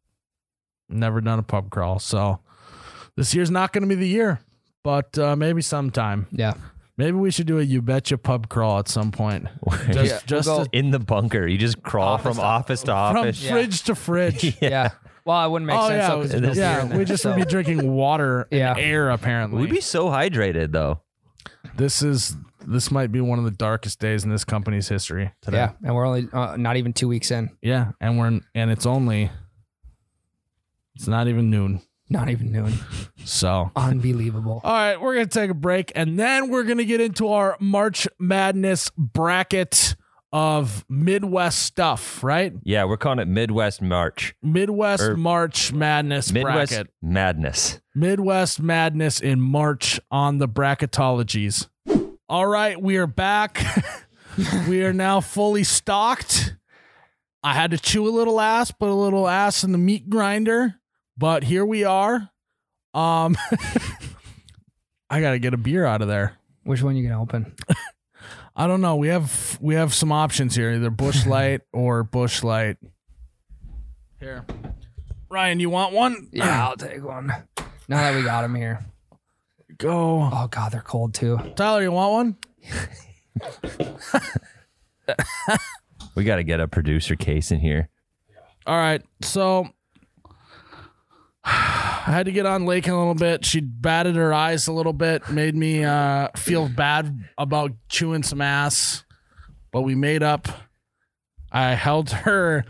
Speaker 1: never done a pub crawl. So this year's not going to be the year, but uh, maybe sometime.
Speaker 3: Yeah.
Speaker 1: Maybe we should do a you betcha pub crawl at some point. Just,
Speaker 3: Yeah.
Speaker 1: just
Speaker 3: We'll
Speaker 1: to-
Speaker 2: in the bunker, you just crawl
Speaker 3: Office
Speaker 2: from
Speaker 3: to-
Speaker 2: office to
Speaker 1: from
Speaker 2: office.
Speaker 3: Yeah.
Speaker 1: fridge to fridge.
Speaker 3: Yeah. Well, it wouldn't make
Speaker 1: oh
Speaker 3: sense.
Speaker 1: yeah,
Speaker 3: though, 'cause there's no beer
Speaker 1: yeah.
Speaker 3: in there,
Speaker 1: We just
Speaker 3: so-
Speaker 1: would be drinking water
Speaker 3: Yeah.
Speaker 1: and air apparently.
Speaker 2: We'd be so hydrated though.
Speaker 1: this is this might be one of the darkest days in this company's history today.
Speaker 3: Yeah, and we're only uh, not even two weeks in.
Speaker 1: yeah and we're and it's only it's not even noon.
Speaker 3: Not even noon.
Speaker 1: So
Speaker 3: Unbelievable.
Speaker 1: All right, we're going to take a break and then we're going to get into our March Madness bracket of Midwest stuff, right?
Speaker 2: Yeah, we're calling it Midwest March.
Speaker 1: Midwest
Speaker 2: Or-
Speaker 1: March Madness
Speaker 2: Midwest
Speaker 1: bracket.
Speaker 2: Madness.
Speaker 1: Midwest Madness in March on the bracketologies. All right, we are back. we are now fully stocked. I had to chew a little ass, put a little ass in the meat grinder, but here we are. Um, I gotta get a beer out of there.
Speaker 3: Which one you gonna open?
Speaker 1: I don't know. We have we have some options here, either Bush Light or Bush Light. Here, Ryan, you want one?
Speaker 3: Yeah, I'll take one. Now that we got them here.
Speaker 1: Go,
Speaker 3: Oh god, they're cold too.
Speaker 1: Tyler. You want one?
Speaker 2: We got to get a producer case in here.
Speaker 1: All right. So I had to get on Lake a little bit. She batted her eyes a little bit, made me uh, feel bad about chewing some ass, but we made up. I held her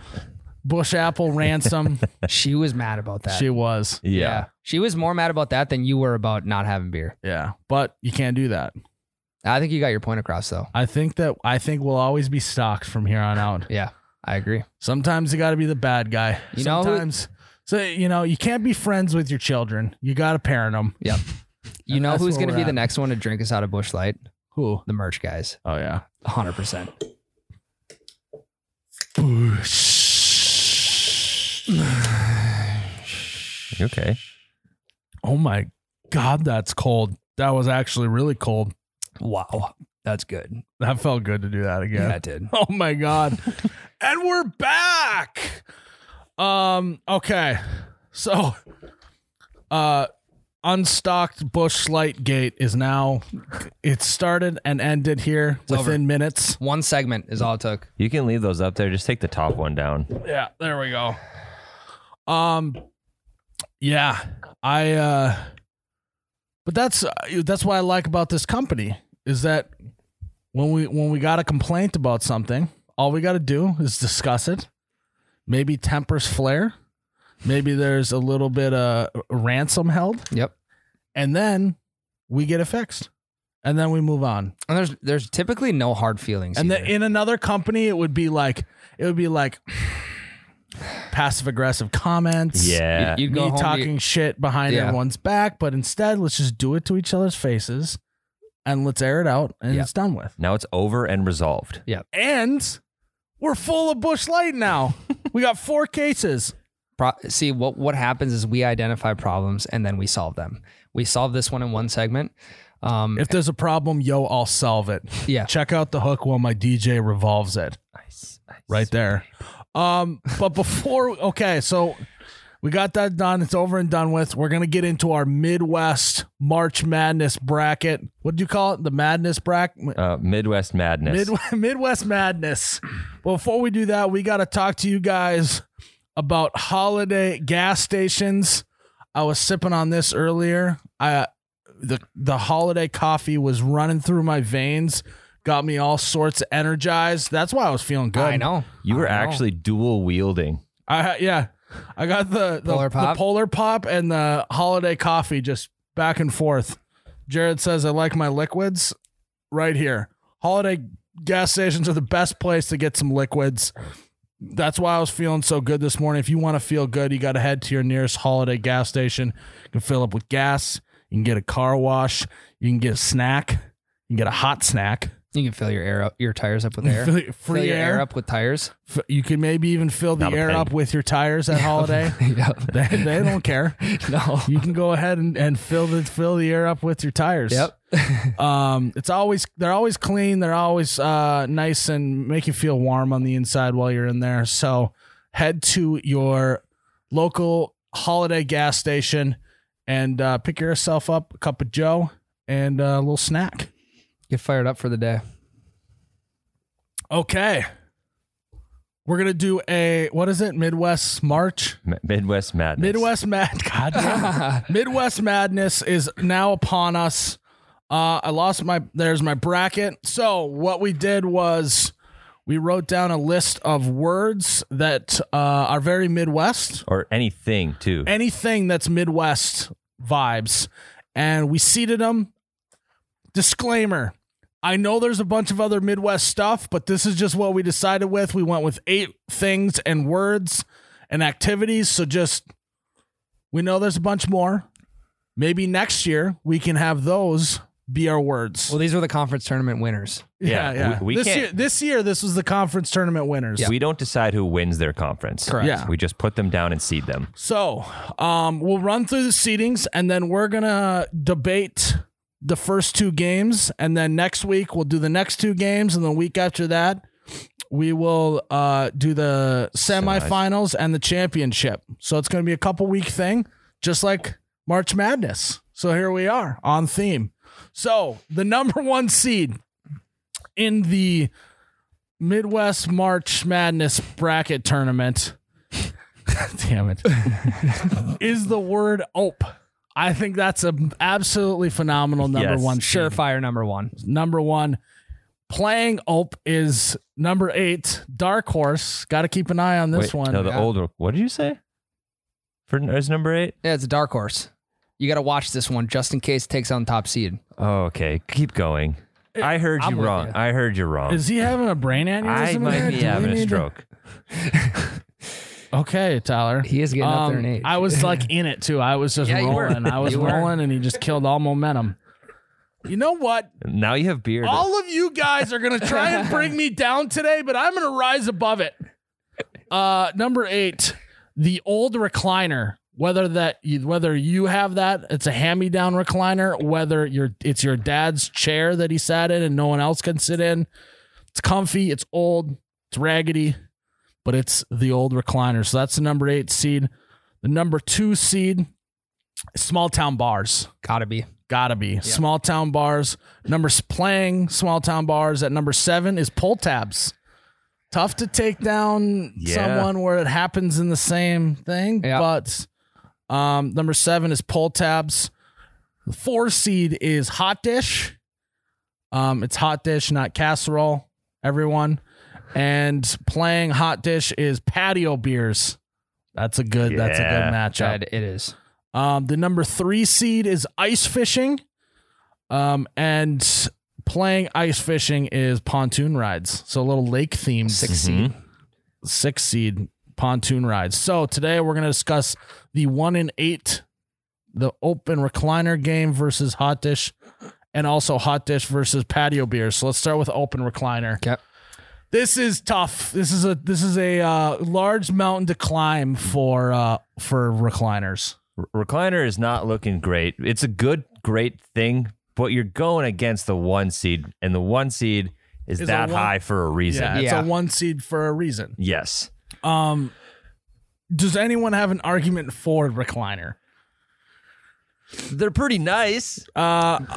Speaker 1: bush apple ransom.
Speaker 3: She was mad about that.
Speaker 1: she was.
Speaker 2: Yeah.
Speaker 3: She was more mad about that than you were about not having beer.
Speaker 1: Yeah. But you can't do that.
Speaker 3: I think you got your point across though.
Speaker 1: I think that I think we'll always be stocked from here on out.
Speaker 3: Yeah, I agree.
Speaker 1: Sometimes you got to be the bad guy.
Speaker 3: You know who-
Speaker 1: Sometimes. so, you know, you can't be friends with your children. You got to parent them.
Speaker 3: You know
Speaker 1: That's
Speaker 3: who's
Speaker 1: where
Speaker 3: going to
Speaker 1: we're
Speaker 3: be the
Speaker 1: at.
Speaker 3: next one to drink us out of Bush Light?
Speaker 1: Who?
Speaker 3: The merch guys.
Speaker 1: Oh, yeah.
Speaker 3: 100%.
Speaker 2: You Okay.
Speaker 1: Oh my god, that's cold. That was actually really cold.
Speaker 3: Wow. That's good.
Speaker 1: That felt good to do that
Speaker 3: Yeah,
Speaker 1: again.
Speaker 3: it did.
Speaker 1: Oh my god. and we're back. Um okay. So uh unstocked bush light gate is now it started and ended here
Speaker 3: over.
Speaker 1: within minutes.
Speaker 3: One segment is all it took.
Speaker 2: You can leave those up there. Just take the top one down.
Speaker 1: Yeah, there we go. Um yeah, I uh but that's uh, that's what I like about this company is that when we when we got a complaint about something, all we got to do is discuss it. Maybe tempers flare, maybe there's a little bit of ransom held,
Speaker 3: Yep.
Speaker 1: and then we get it fixed. And then we move on.
Speaker 3: And there's there's typically no hard feelings.
Speaker 1: And then
Speaker 3: either.
Speaker 1: in another company, it would be like it would be like passive aggressive comments.
Speaker 2: Yeah.
Speaker 3: You'd- you'd go
Speaker 1: me
Speaker 3: home to
Speaker 1: talking shit behind
Speaker 3: Yeah.
Speaker 1: everyone's back, but instead, let's just do it to each other's faces and let's air it out and
Speaker 3: Yeah.
Speaker 1: it's done with.
Speaker 2: now it's over and resolved.
Speaker 1: And we're full of Bush Light now. we got four cases.
Speaker 3: Pro- see what what happens is we identify problems and then we solve them. We solve this one in one segment. Um,
Speaker 1: If there's a problem, yo, I'll solve it.
Speaker 3: yeah,
Speaker 1: Check out the hook while my DJ revolves it.
Speaker 2: Nice.
Speaker 1: right there. Um, but before, okay, so we got that done. It's over and done with. We're gonna get into our Midwest March Madness bracket. What do you call it? The Madness bracket.
Speaker 2: Uh, Midwest madness.
Speaker 1: Midwest, Midwest Madness. But before we do that, we got to talk to you guys about holiday gas stations. I was sipping on this earlier. I the the holiday coffee was running through my veins, got me all sorts of energized. That's why I was feeling good.
Speaker 3: I know.
Speaker 2: you were
Speaker 3: I know.
Speaker 2: actually dual wielding.
Speaker 1: I ha- yeah, I got the the
Speaker 3: Polar
Speaker 1: the
Speaker 3: Pop?
Speaker 1: polar pop and the holiday coffee just back and forth. Jared says I like my liquids right here. Holiday gas stations are the best place to get some liquids. That's why I was feeling so good this morning. If you want to feel good, you got to head to your nearest holiday gas station. You can fill up with gas. You can get a car wash. You can get a snack. You can get a hot snack.
Speaker 3: You can fill your air up, your tires up with air.
Speaker 1: Fill your-
Speaker 3: fill
Speaker 1: Free
Speaker 3: your
Speaker 1: air.
Speaker 3: air up with tires.
Speaker 1: F- You can maybe even fill the
Speaker 2: Not a
Speaker 1: air
Speaker 2: peg.
Speaker 1: up with your tires at holiday.
Speaker 3: Yep.
Speaker 1: They, they don't care.
Speaker 3: no.
Speaker 1: You can go ahead and, and fill the fill the air up with your tires.
Speaker 3: Yep.
Speaker 1: Um, it's always they're always clean. They're always uh, nice and make you feel warm on the inside while you're in there. So head to your local holiday gas station and uh, pick yourself up a cup of Joe and uh, a little snack.
Speaker 3: Get fired up for the day.
Speaker 1: Okay. We're gonna do a what is it? Midwest March.
Speaker 2: Mi- Midwest madness.
Speaker 1: Midwest Mad God damn. Midwest Madness is now upon us. Uh, I lost my there's my bracket. So what we did was we wrote down a list of words that uh, are very Midwest.
Speaker 2: Or anything, too.
Speaker 1: Anything that's Midwest vibes, and we seated them. Disclaimer. I know there's a bunch of other Midwest stuff, but this is just what we decided with. We went with eight things and words and activities. So just we know there's a bunch more. Maybe next year we can have those be our words.
Speaker 3: Well, these were the conference tournament winners.
Speaker 2: yeah, we- we
Speaker 1: this
Speaker 2: can't-
Speaker 1: year, this year, this was the conference tournament winners.
Speaker 2: We don't decide who wins their conference.
Speaker 3: Correct.
Speaker 1: Yeah.
Speaker 2: We just put them down and seed them.
Speaker 1: So, um, we'll run through the seedings, and then we're gonna debate the first two games, and then next week we'll do the next two games, and the week after that we will uh, do the semifinals and the championship. So it's gonna be a couple week thing, just like March Madness. So here we are on theme. So the number one seed in the Midwest March Madness bracket tournament. Damn it. is the word ope. I think that's an absolutely phenomenal number
Speaker 2: Yes.
Speaker 1: one. Sure.
Speaker 3: Surefire number one.
Speaker 1: Number one. Playing ope is number eight. Dark horse. Got to keep an eye on this
Speaker 2: Wait,
Speaker 1: one.
Speaker 2: No, the older. What did you say? For as number eight?
Speaker 3: Yeah, it's a dark horse. You got to watch this one just in case it takes on top seed.
Speaker 2: Oh, okay. Keep going. I heard
Speaker 3: I'm
Speaker 2: you
Speaker 3: with
Speaker 2: wrong.
Speaker 3: ya.
Speaker 2: I heard you wrong.
Speaker 1: Is he having a brain aneurysm?
Speaker 2: I
Speaker 1: in
Speaker 2: might
Speaker 1: there?
Speaker 2: be
Speaker 1: Do we
Speaker 2: having a
Speaker 1: need to-
Speaker 2: stroke.
Speaker 1: Okay, Tyler.
Speaker 3: He is getting up there in
Speaker 1: Um,
Speaker 3: age.
Speaker 1: I was like in it too. I was just
Speaker 3: Yeah, you were.
Speaker 1: rolling. I was
Speaker 3: You were.
Speaker 1: rolling, and he just killed all momentum. You know what?
Speaker 2: Now you have beard.
Speaker 1: All of you guys are gonna try and bring me down today, but I'm gonna rise above it. Uh, number eight, the old recliner. Whether that you, whether you have that, it's a hand-me-down recliner. Whether your it's your dad's chair that he sat in and no one else can sit in. It's comfy. It's old. It's raggedy, but it's the old recliner. So that's the number eight seed. The number two seed, small town bars.
Speaker 3: Gotta be.
Speaker 1: Gotta be small town bars. Numbers playing small town bars at number seven is pull tabs. Tough to take down
Speaker 2: Yeah.
Speaker 1: someone where it happens in the same thing,
Speaker 3: Yeah.
Speaker 1: but um, number seven is pull tabs. The Four seed is hot dish. Um, it's hot dish, not casserole. Everyone and playing hot dish is patio beers. That's a good. That's a
Speaker 2: Yeah.
Speaker 1: good matchup.
Speaker 3: Chad, it is.
Speaker 1: Um, the number three seed is ice fishing. Um, and playing ice fishing is pontoon rides. So a little lake themed
Speaker 3: 6
Speaker 1: six,
Speaker 3: seed.
Speaker 1: six seed pontoon rides. So today we're going to discuss the one in eight, the open recliner game versus hot dish, and also hot dish versus patio beer. So let's start with open recliner.
Speaker 3: Yep.
Speaker 1: This is tough. This is a this is a uh, large mountain to climb for uh, for recliners.
Speaker 2: recliner is not looking great. It's a good, great thing, but you're going against the one seed, and the one seed is,
Speaker 1: Is a
Speaker 2: that
Speaker 1: one-
Speaker 2: high for a reason.
Speaker 1: Yeah, it's
Speaker 3: Yeah.
Speaker 1: a one seed for a reason.
Speaker 2: Yes.
Speaker 1: Um, does anyone have an argument for recliner?
Speaker 2: They're pretty nice.
Speaker 1: Uh,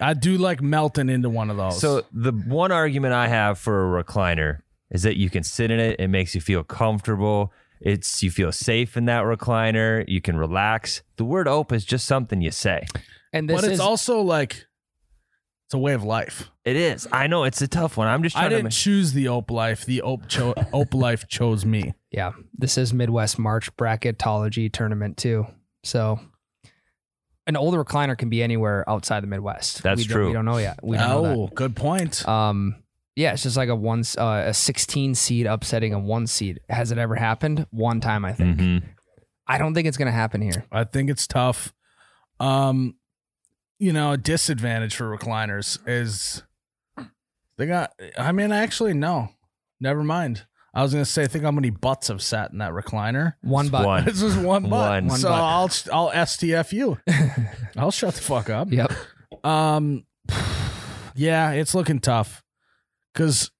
Speaker 1: I do like melting into one of those.
Speaker 2: So the one argument I have for a recliner is that you can sit in it. It makes you feel comfortable. It's you feel safe in that recliner. You can relax. The word "ope" is just something you say.
Speaker 3: And this
Speaker 1: but it's
Speaker 3: is
Speaker 1: also like it's a way of life.
Speaker 2: It is. I know it's a tough one. I'm just
Speaker 1: I
Speaker 2: trying to.
Speaker 1: didn't choose the ope life. The ope cho- ope life chose me.
Speaker 3: yeah, this is Midwest March bracketology tournament too. So an old recliner can be anywhere outside the Midwest.
Speaker 2: That's
Speaker 3: we don't-
Speaker 2: true.
Speaker 3: We don't know yet. We don't know
Speaker 1: Oh, good point.
Speaker 3: that. Um, yeah, it's just like a one uh, a 16 seed upsetting a one seed. Has it ever happened? One time, I think.
Speaker 2: Mhm.
Speaker 3: I don't think it's gonna happen here.
Speaker 1: I think it's tough. Um, you know, a disadvantage for recliners is they got. I mean, actually, no, never mind. I was gonna say, I think how many butts have sat in that recliner.
Speaker 3: One but
Speaker 2: One.
Speaker 1: This is one butt.
Speaker 2: One. One
Speaker 1: so
Speaker 3: butt.
Speaker 1: I'll I'll STF you. I'll shut the fuck up.
Speaker 3: Yep.
Speaker 1: Um, yeah, it's looking tough because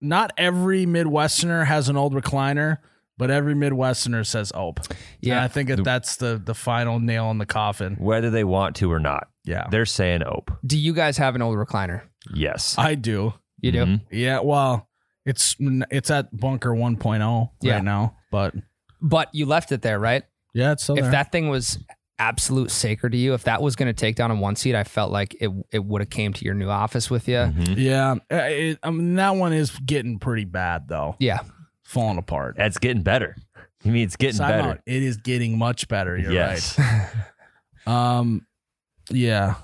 Speaker 1: not every Midwesterner has an old recliner, but every Midwesterner says, "Oh, yeah."
Speaker 3: Yeah.
Speaker 1: I think that that's the the final nail in the coffin.
Speaker 2: Whether they want to or not,
Speaker 1: Yeah,
Speaker 2: they're saying "ope."
Speaker 3: Do you guys have an old recliner?
Speaker 2: Yes.
Speaker 1: I do.
Speaker 3: You do.
Speaker 2: Mhm.
Speaker 1: Yeah, well, it's it's at Bunker 1.0
Speaker 3: Yeah.
Speaker 1: right now, but
Speaker 3: But you left it there, right?
Speaker 1: yeah, it's still
Speaker 3: if
Speaker 1: there.
Speaker 3: that thing was absolute sacred to you, if that was going to take down a one seat, I felt like it it would have came to your new office with you.
Speaker 2: Mhm.
Speaker 1: yeah, uh, it, I mean that one is getting pretty bad though,
Speaker 3: Yeah,
Speaker 1: falling apart.
Speaker 2: That's getting better. I mean, it's getting
Speaker 1: Time out.
Speaker 2: better.
Speaker 1: It is getting much better. You're right.
Speaker 2: yes.
Speaker 1: Um, yeah,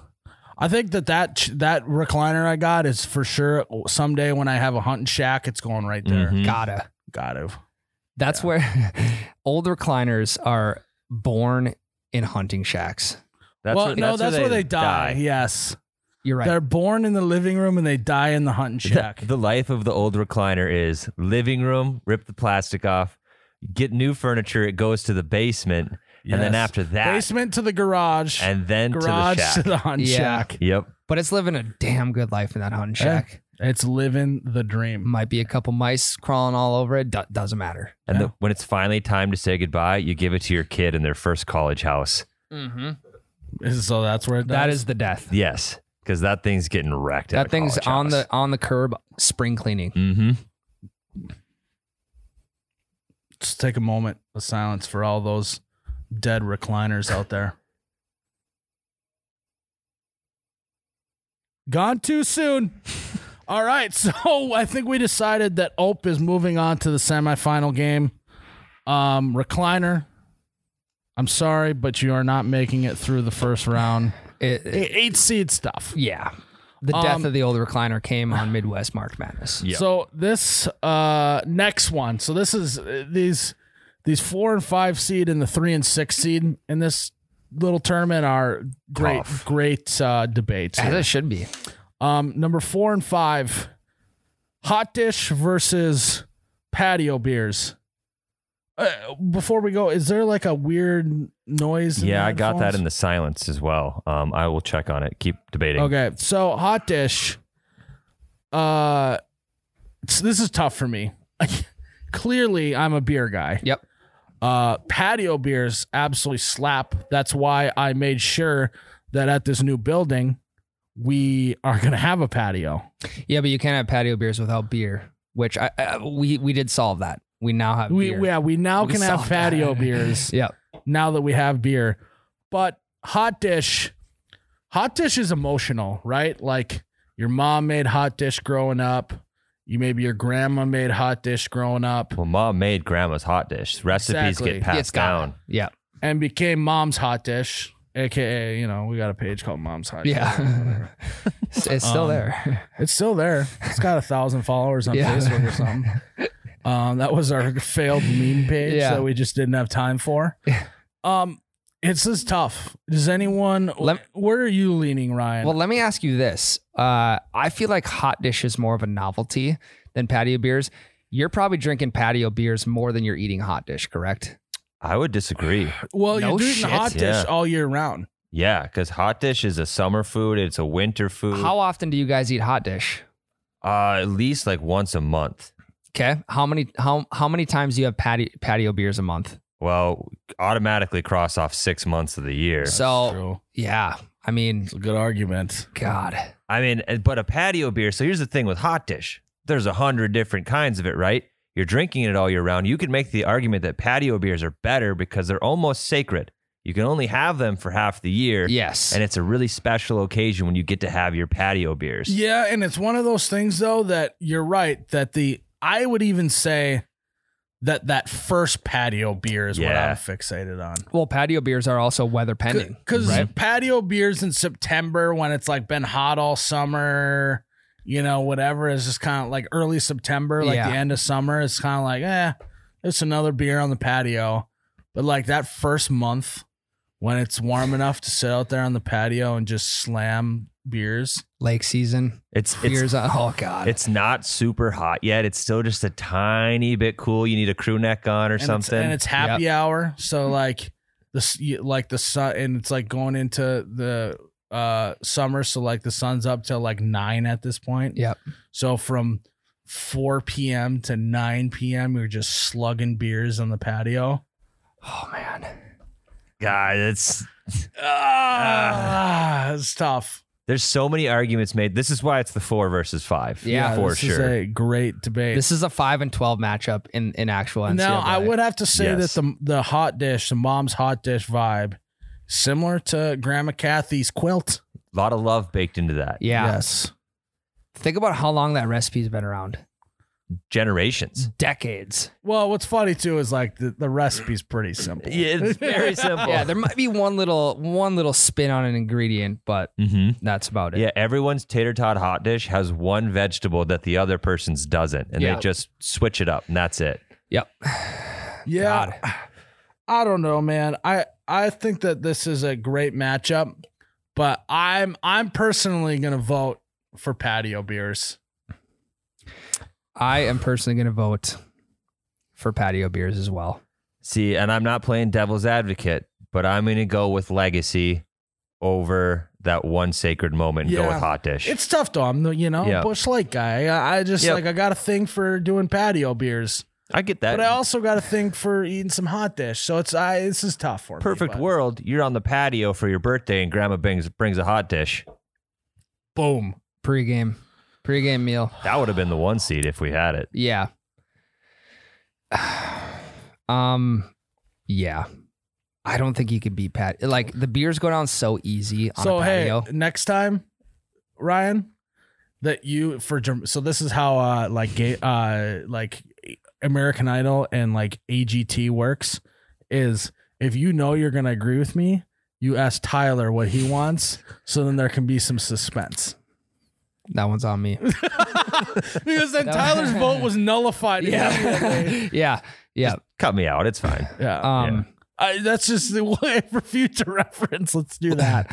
Speaker 1: I think that that ch- that recliner I got is for sure. Someday when I have a hunting shack, it's going right there.
Speaker 2: Mhm.
Speaker 3: gotta.
Speaker 1: Got to.
Speaker 3: That's where old recliners are born in hunting shacks.
Speaker 2: That's
Speaker 1: well,
Speaker 2: where,
Speaker 1: no, that's, where they, die.
Speaker 2: die.
Speaker 1: Yes,
Speaker 3: You're right.
Speaker 1: they're born in the living room and they die in the hunt and shack.
Speaker 2: The life of the old recliner is living room, rip the plastic off, get new furniture, it goes to the basement, and
Speaker 1: Yes.
Speaker 2: then after that,
Speaker 1: basement to the garage,
Speaker 2: and then
Speaker 1: garage to
Speaker 2: to the
Speaker 1: the,
Speaker 2: shack.
Speaker 1: hunt
Speaker 3: Yeah.
Speaker 1: shack.
Speaker 2: yep.
Speaker 3: but it's living a damn good life in that hunt
Speaker 1: Yeah.
Speaker 3: shack.
Speaker 1: It's living the dream.
Speaker 3: Might be a couple mice crawling all over it. Do- doesn't matter.
Speaker 2: And
Speaker 1: Yeah.
Speaker 2: the, when it's finally time to say goodbye, you give it to your kid in their first college house.
Speaker 3: Mm-hmm.
Speaker 1: So that's where it
Speaker 3: That
Speaker 1: dies.
Speaker 3: is the death.
Speaker 2: Yes, because that thing's getting wrecked.
Speaker 3: that thing's on the on the curb. Spring cleaning.
Speaker 2: Mm-hmm.
Speaker 1: Just take a moment of silence for all those dead recliners out there. Gone too soon. All right, so I think we decided that Ope is moving on to the semifinal game. Um, recliner, I'm sorry, but you are not making it through the first round.
Speaker 3: It- it-
Speaker 1: Eight seed stuff.
Speaker 3: yeah. The death
Speaker 1: Um,
Speaker 3: of the old recliner came on Midwest March Madness.
Speaker 2: Yeah.
Speaker 1: So this uh next one. So this is uh, these these four and five seed and the three and six seed in this little tournament are great
Speaker 2: Tough.
Speaker 1: great uh debates.
Speaker 3: As
Speaker 1: here.
Speaker 3: it should be.
Speaker 1: Um number 4 and 5 hot dish versus patio beers. Uh, before we go, is there like a weird noise? in
Speaker 2: Yeah,
Speaker 1: the
Speaker 2: I got that
Speaker 1: headphones?
Speaker 2: in the silence as well. Um, I will check on it. Keep debating.
Speaker 1: Okay, so hot dish. Uh, s- this is tough for me. Clearly, I'm a beer guy.
Speaker 3: Yep.
Speaker 1: Uh, patio beers absolutely slap. That's why I made sure that at this new building, we are gonna have a patio.
Speaker 3: Yeah, but you can't have patio beers without beer, which I, I we we did solve that. We now have
Speaker 1: We
Speaker 3: beer.
Speaker 1: yeah, we now
Speaker 3: We
Speaker 1: can have
Speaker 3: solved that.
Speaker 1: patio beers
Speaker 3: Yep.
Speaker 1: now that we have beer. But hot dish, hot dish is emotional, right? Like your mom made hot dish growing up. You maybe your grandma made hot dish growing up.
Speaker 2: Well, mom made grandma's hot dish. Recipes
Speaker 1: Exactly.
Speaker 2: get passed
Speaker 3: it's gone.
Speaker 2: down.
Speaker 3: Yeah.
Speaker 1: and became Mom's Hot Dish, aka you know we got a page called Mom's Hot. Dish.
Speaker 3: Yeah. it's it's still
Speaker 1: Um,
Speaker 3: there.
Speaker 1: it's still there. It's got a thousand followers on
Speaker 3: Yeah.
Speaker 1: Facebook or something. Um, that was our failed meme page
Speaker 3: Yeah.
Speaker 1: that we just didn't have time for. Um, it's just tough. Does anyone?
Speaker 3: Lem-
Speaker 1: where are you leaning, Ryan?
Speaker 3: Well, let me ask you this. Uh, I feel like hot dish is more of a novelty than patio beers. You're probably drinking patio beers more than you're eating hot dish, correct?
Speaker 2: I would disagree.
Speaker 1: well,
Speaker 3: no
Speaker 1: you're doing
Speaker 3: shit.
Speaker 1: hot dish
Speaker 2: Yeah.
Speaker 1: all year round.
Speaker 2: Yeah, because hot dish is a summer food. It's a winter food.
Speaker 3: How often do you guys eat hot dish?
Speaker 2: uh, at least like once a month.
Speaker 3: Okay. How many how how many times do you have patio patio beers a month?
Speaker 2: Well, automatically cross off six months of the year.
Speaker 3: So-
Speaker 1: True.
Speaker 3: Yeah. I mean,
Speaker 1: it's a good argument.
Speaker 3: God.
Speaker 2: I mean, uh, but a patio beer. So here's the thing with hot dish. There's a hundred different kinds of it, right? You're drinking it all year round. You could make the argument that patio beers are better because they're almost sacred. You can only have them for half the year.
Speaker 3: Yes.
Speaker 2: And it's a really special occasion when you get to have your patio beers.
Speaker 1: Yeah, and it's one of those things though that you're right that the I would even say that that first patio beer is what
Speaker 2: Yeah.
Speaker 1: I'm fixated on.
Speaker 3: well, patio beers are also weather pending.
Speaker 1: Because
Speaker 3: right?
Speaker 1: patio beers in September when it's like been hot all summer, you know, whatever is just kind of like early September, like
Speaker 3: Yeah.
Speaker 1: the end of summer. It's kind of like, eh, it's another beer on the patio. But like that first month when it's warm enough to sit out there on the patio and just slam beers.
Speaker 3: Lake season.
Speaker 2: It's it's
Speaker 3: Beers on oh god.
Speaker 2: it's not super hot yet. It's still just a tiny bit cool. You need a crew neck on or
Speaker 1: and
Speaker 2: something.
Speaker 1: It's, and it's happy hour, so like the s- you- like the sun, and it's like going into the uh summer, so like the sun's up till like nine at this point.
Speaker 3: Yep.
Speaker 1: So from 4 p.m. to 9 p.m., we were just slugging beers on the patio.
Speaker 3: oh man.
Speaker 2: God, it's
Speaker 1: Ah, it's tough.
Speaker 2: there's so many arguments made. This is why it's the four versus five.
Speaker 3: Yeah,
Speaker 2: for
Speaker 1: this
Speaker 2: sure.
Speaker 1: is a great debate.
Speaker 3: This is a five and twelve matchup in in actual. NCAA.
Speaker 1: Now I would have to say
Speaker 2: Yes.
Speaker 1: that the the hot dish, the mom's hot dish vibe, similar to Grandma Kathy's quilt.
Speaker 2: a lot of love baked into that.
Speaker 3: Yeah.
Speaker 1: Yes.
Speaker 3: Think about how long that recipe's been around.
Speaker 2: Generations.
Speaker 3: Decades.
Speaker 1: Well, what's funny too is like the, the recipe's pretty simple.
Speaker 2: Yeah, it's very simple.
Speaker 3: Yeah, there might be one little one little spin on an ingredient, but
Speaker 2: hmm
Speaker 3: that's about it.
Speaker 2: Yeah, everyone's tater tot hot dish has one vegetable that the other person's doesn't, and
Speaker 3: Yeah.
Speaker 2: they just switch it up, and that's it.
Speaker 1: Yeah.
Speaker 3: God.
Speaker 1: I don't know, man. I I I think that this is a great matchup, but I'm I'm personally gonna vote for patio beers.
Speaker 3: I am personally going to vote for patio beers as well.
Speaker 2: See, and I'm not playing devil's advocate, but I'm going to go with legacy over that one sacred moment and go
Speaker 1: Yeah.
Speaker 2: with hot dish.
Speaker 1: It's tough, though. I'm the you know
Speaker 2: Yeah.
Speaker 1: Bush Light guy. I, I just
Speaker 2: Yep.
Speaker 1: like I got a thing for doing patio beers,
Speaker 2: I get that.
Speaker 1: but I also got a thing for eating some hot dish. So it's I this is tough for me.
Speaker 2: Perfect
Speaker 1: but-
Speaker 2: world, you're on the patio for your birthday and grandma brings brings a hot dish.
Speaker 1: Boom.
Speaker 3: Pre-game, pre-game meal.
Speaker 2: That would have been the one seed if we had it.
Speaker 3: Yeah. Um, yeah. I don't think you could beat Pat. Like the beers go down so easy on
Speaker 1: so
Speaker 3: a
Speaker 1: hey,
Speaker 3: patio.
Speaker 1: next time, Ryan, that you for Germ- so this is how uh like gay uh like American Idol and like AGT works is if you know you're gonna agree with me, you ask Tyler what he wants, so then there can be some suspense.
Speaker 3: that one's on me.
Speaker 1: because then Tyler's vote was nullified. immediately.
Speaker 3: yeah, yeah.
Speaker 2: Cut me out. It's fine.
Speaker 1: yeah.
Speaker 3: Um,
Speaker 1: I, that's just the way for future reference. Let's do that.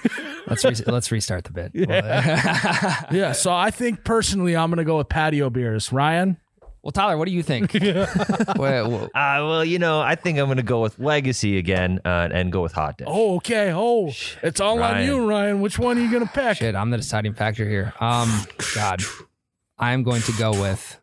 Speaker 3: let's re- let's restart the bit.
Speaker 1: yeah. So I think personally, I'm gonna go with patio beers. Ryan.
Speaker 3: well, Tyler, what do you think? Wait, wh-
Speaker 2: Uh, well, you know, I think I'm going to go with legacy again uh, and go with hot dish.
Speaker 1: Oh, okay. Oh, it's all on
Speaker 2: Ryan.
Speaker 1: you, Ryan. Which one are you gonna pick?
Speaker 3: Shit, I'm the deciding factor here. Um, God, I'm going to go with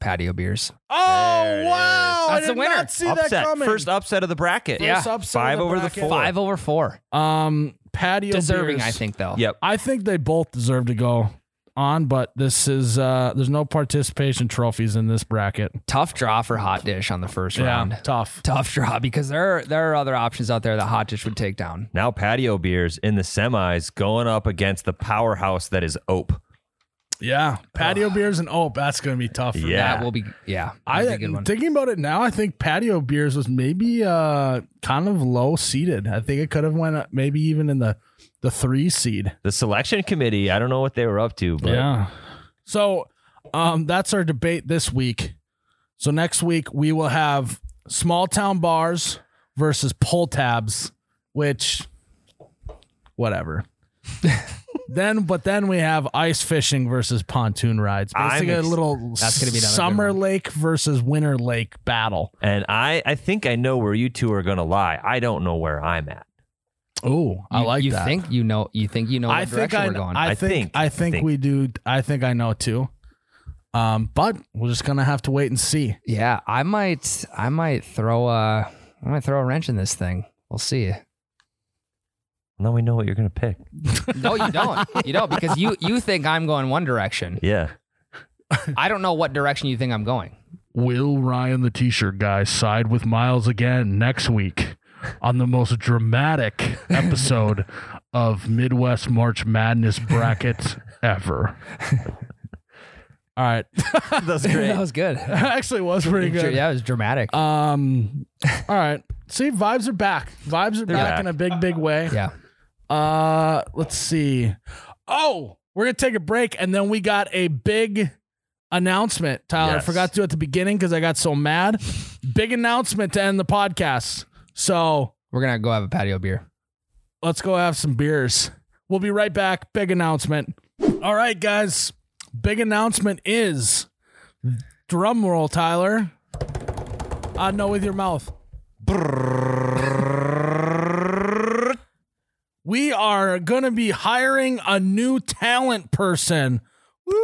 Speaker 3: patio beers.
Speaker 1: Oh,
Speaker 2: There it
Speaker 1: wow!
Speaker 2: is.
Speaker 1: I
Speaker 3: That's the
Speaker 1: did
Speaker 3: winner.
Speaker 1: not see that
Speaker 2: upset.
Speaker 1: coming.
Speaker 2: First upset of the bracket.
Speaker 1: First upset
Speaker 2: Five
Speaker 1: of
Speaker 2: over the
Speaker 1: bracket.
Speaker 2: four.
Speaker 3: Five over four,
Speaker 1: Um, patio
Speaker 3: deserving.
Speaker 1: beers.
Speaker 3: I think though.
Speaker 2: Yep.
Speaker 1: I think they both deserve to go on, but this is uh there's no participation trophies in this bracket.
Speaker 3: Tough draw for hot dish on the first round.
Speaker 1: tough.
Speaker 3: Tough draw because there are, there are other options out there that hot dish would take down.
Speaker 2: Now patio beers in the semis going up against the powerhouse that is Ope.
Speaker 1: Yeah, patio beers and oh, that's gonna be tough. For
Speaker 2: Yeah.
Speaker 3: That will be yeah.
Speaker 1: I
Speaker 3: that'd be a good one.
Speaker 1: thinking about it now. I think patio beers was maybe uh kind of low seated. I think it could have went up maybe even in the the three seed.
Speaker 2: The selection committee, I don't know what they were up to, but
Speaker 1: yeah. So, um, that's our debate this week. So next week we will have small town bars versus pull tabs, which, whatever. then, but then we have ice fishing versus pontoon rides.
Speaker 2: I'm
Speaker 1: Basically,
Speaker 2: ex-
Speaker 1: a little
Speaker 3: That's gonna be another good
Speaker 1: summer
Speaker 3: one.
Speaker 1: lake versus winter lake battle.
Speaker 2: and I, I think I know where you two are gonna lie. I don't know where I'm at.
Speaker 1: Oh, I
Speaker 3: You-
Speaker 1: like
Speaker 3: you
Speaker 1: that.
Speaker 3: think you know you think you know what
Speaker 1: I think
Speaker 3: direction
Speaker 1: I,
Speaker 3: we're going.
Speaker 1: I,
Speaker 2: I
Speaker 1: think,
Speaker 2: think-
Speaker 1: I think
Speaker 2: think.
Speaker 1: we do. I think I know too. Um, but we're just gonna have to wait and see.
Speaker 3: yeah, I might I might throw a I might throw a wrench in this thing. We'll see.
Speaker 2: Now we know what you're gonna pick.
Speaker 3: No, you don't. you don't because you you think I'm going one direction.
Speaker 2: Yeah.
Speaker 3: I don't know what direction you think I'm going.
Speaker 1: Will Ryan the T-shirt guy side with Miles again next week on the most dramatic episode of Midwest March Madness bracket ever? All right,
Speaker 2: That's great.
Speaker 3: that was good.
Speaker 1: actually it was pretty good.
Speaker 3: Yeah, it was dramatic.
Speaker 1: Um, all right. See, vibes are back. Vibes are back,
Speaker 2: back.
Speaker 1: in a big, big way.
Speaker 3: yeah.
Speaker 1: Uh, let's see. Oh, we're gonna take a break, and then we got a big announcement. Tyler,
Speaker 2: Yes.
Speaker 1: I forgot to do at the beginning because I got so mad. big announcement to end the podcast. So
Speaker 3: We're gonna go have a patio beer.
Speaker 1: let's go have some beers. We'll be right back. Big announcement. All right, guys. Big announcement is drum roll, Tyler. Uh, no, with your mouth. we are going to be hiring a new talent person. Woo!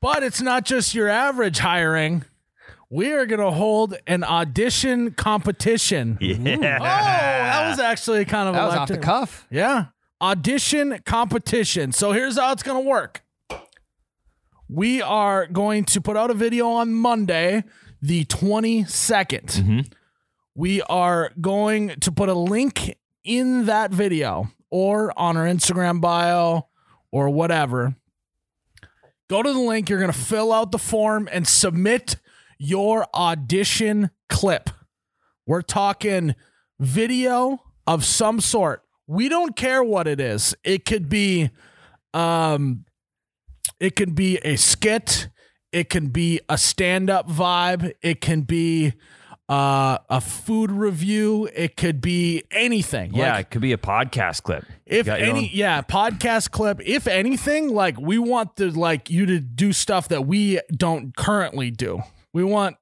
Speaker 1: But it's not just your average hiring. We are going to hold an audition competition. Oh,
Speaker 2: Yeah.
Speaker 1: that was actually kind of
Speaker 3: That
Speaker 1: a
Speaker 3: was off the cuff.
Speaker 1: Yeah. Audition competition. So here's how it's going to work. We are going to put out a video on Monday, the 22nd. We are going to put a link in that video or on our Instagram bio or whatever. Go to the link. You're going to fill out the form and submit your audition clip. We're talking video of some sort. We don't care what it is. It could be um it could be a skit, it can be a stand-up vibe, it can be uh, a food review. It could be anything.
Speaker 2: Yeah,
Speaker 1: Like,
Speaker 2: it could be a podcast clip.
Speaker 1: if
Speaker 2: got your
Speaker 1: any,
Speaker 2: own-
Speaker 1: yeah, podcast clip. If anything, like we want to like you to do stuff that we don't currently do. We want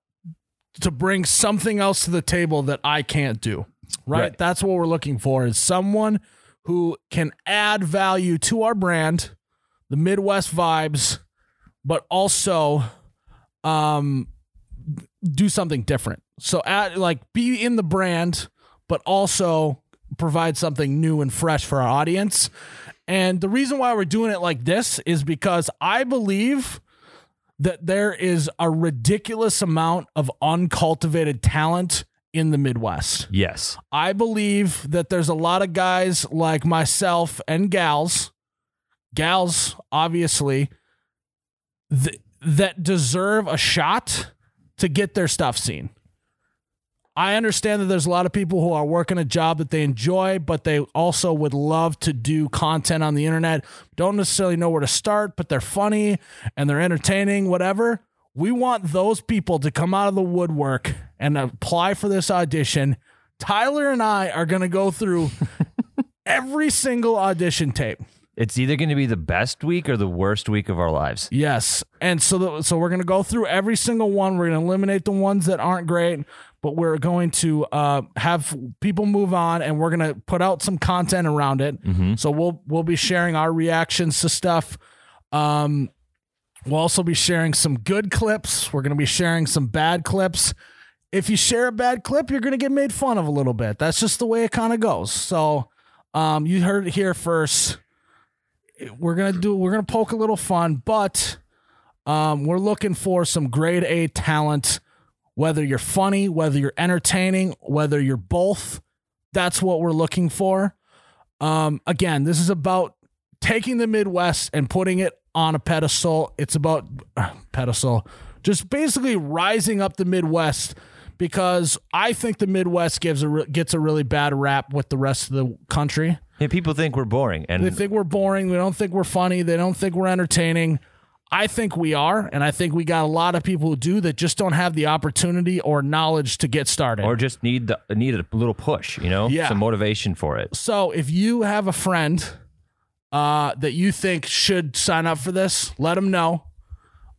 Speaker 1: to bring something else to the table that I can't do. Right?
Speaker 2: Right.
Speaker 1: That's what we're looking for is someone who can add value to our brand, the Midwest vibes, but also um do something different. So add like be in the brand, but also provide something new and fresh for our audience. And the reason why we're doing it like this is because I believe that there is a ridiculous amount of uncultivated talent in the Midwest.
Speaker 2: Yes.
Speaker 1: I believe that there's a lot of guys like myself and gals, gals, obviously, th- that deserve a shot to get their stuff seen. I understand that there's a lot of people who are working a job that they enjoy, but they also would love to do content on the internet. Don't necessarily know where to start, but they're funny and they're entertaining, whatever. We want those people to come out of the woodwork and apply for this audition. Tyler and I are going to go through every single audition tape.
Speaker 2: It's either going to be the best week or the worst week of our lives.
Speaker 1: Yes, and so the, so we're gonna go through every single one. We're gonna eliminate the ones that aren't great, but we're going to uh, have people move on, and we're gonna put out some content around it. So we'll we'll be sharing our reactions to stuff. Um, we'll also be sharing some good clips. We're gonna be sharing some bad clips. If you share a bad clip, you're gonna get made fun of a little bit. That's just the way it kind of goes. So, um, you heard it here first we're gonna do we're gonna poke a little fun, but um, we're looking for some grade A talent. Whether you're funny, whether you're entertaining, whether you're both, that's what we're looking for. Um, again, this is about taking the Midwest and putting it on a pedestal. It's about pedestal, just basically rising up the Midwest because I think the Midwest gives a re- gets a really bad rap with the rest of the country.
Speaker 2: Yeah, people think we're boring, and
Speaker 1: They think we're boring. They don't think we're funny. They don't think we're entertaining. I think we are, and I think we got a lot of people who do that just don't have the opportunity or knowledge to get started.
Speaker 2: or just need the need a little push, you know,
Speaker 1: Yeah.
Speaker 2: some motivation for it.
Speaker 1: so if you have a friend uh, that you think should sign up for this, let them know.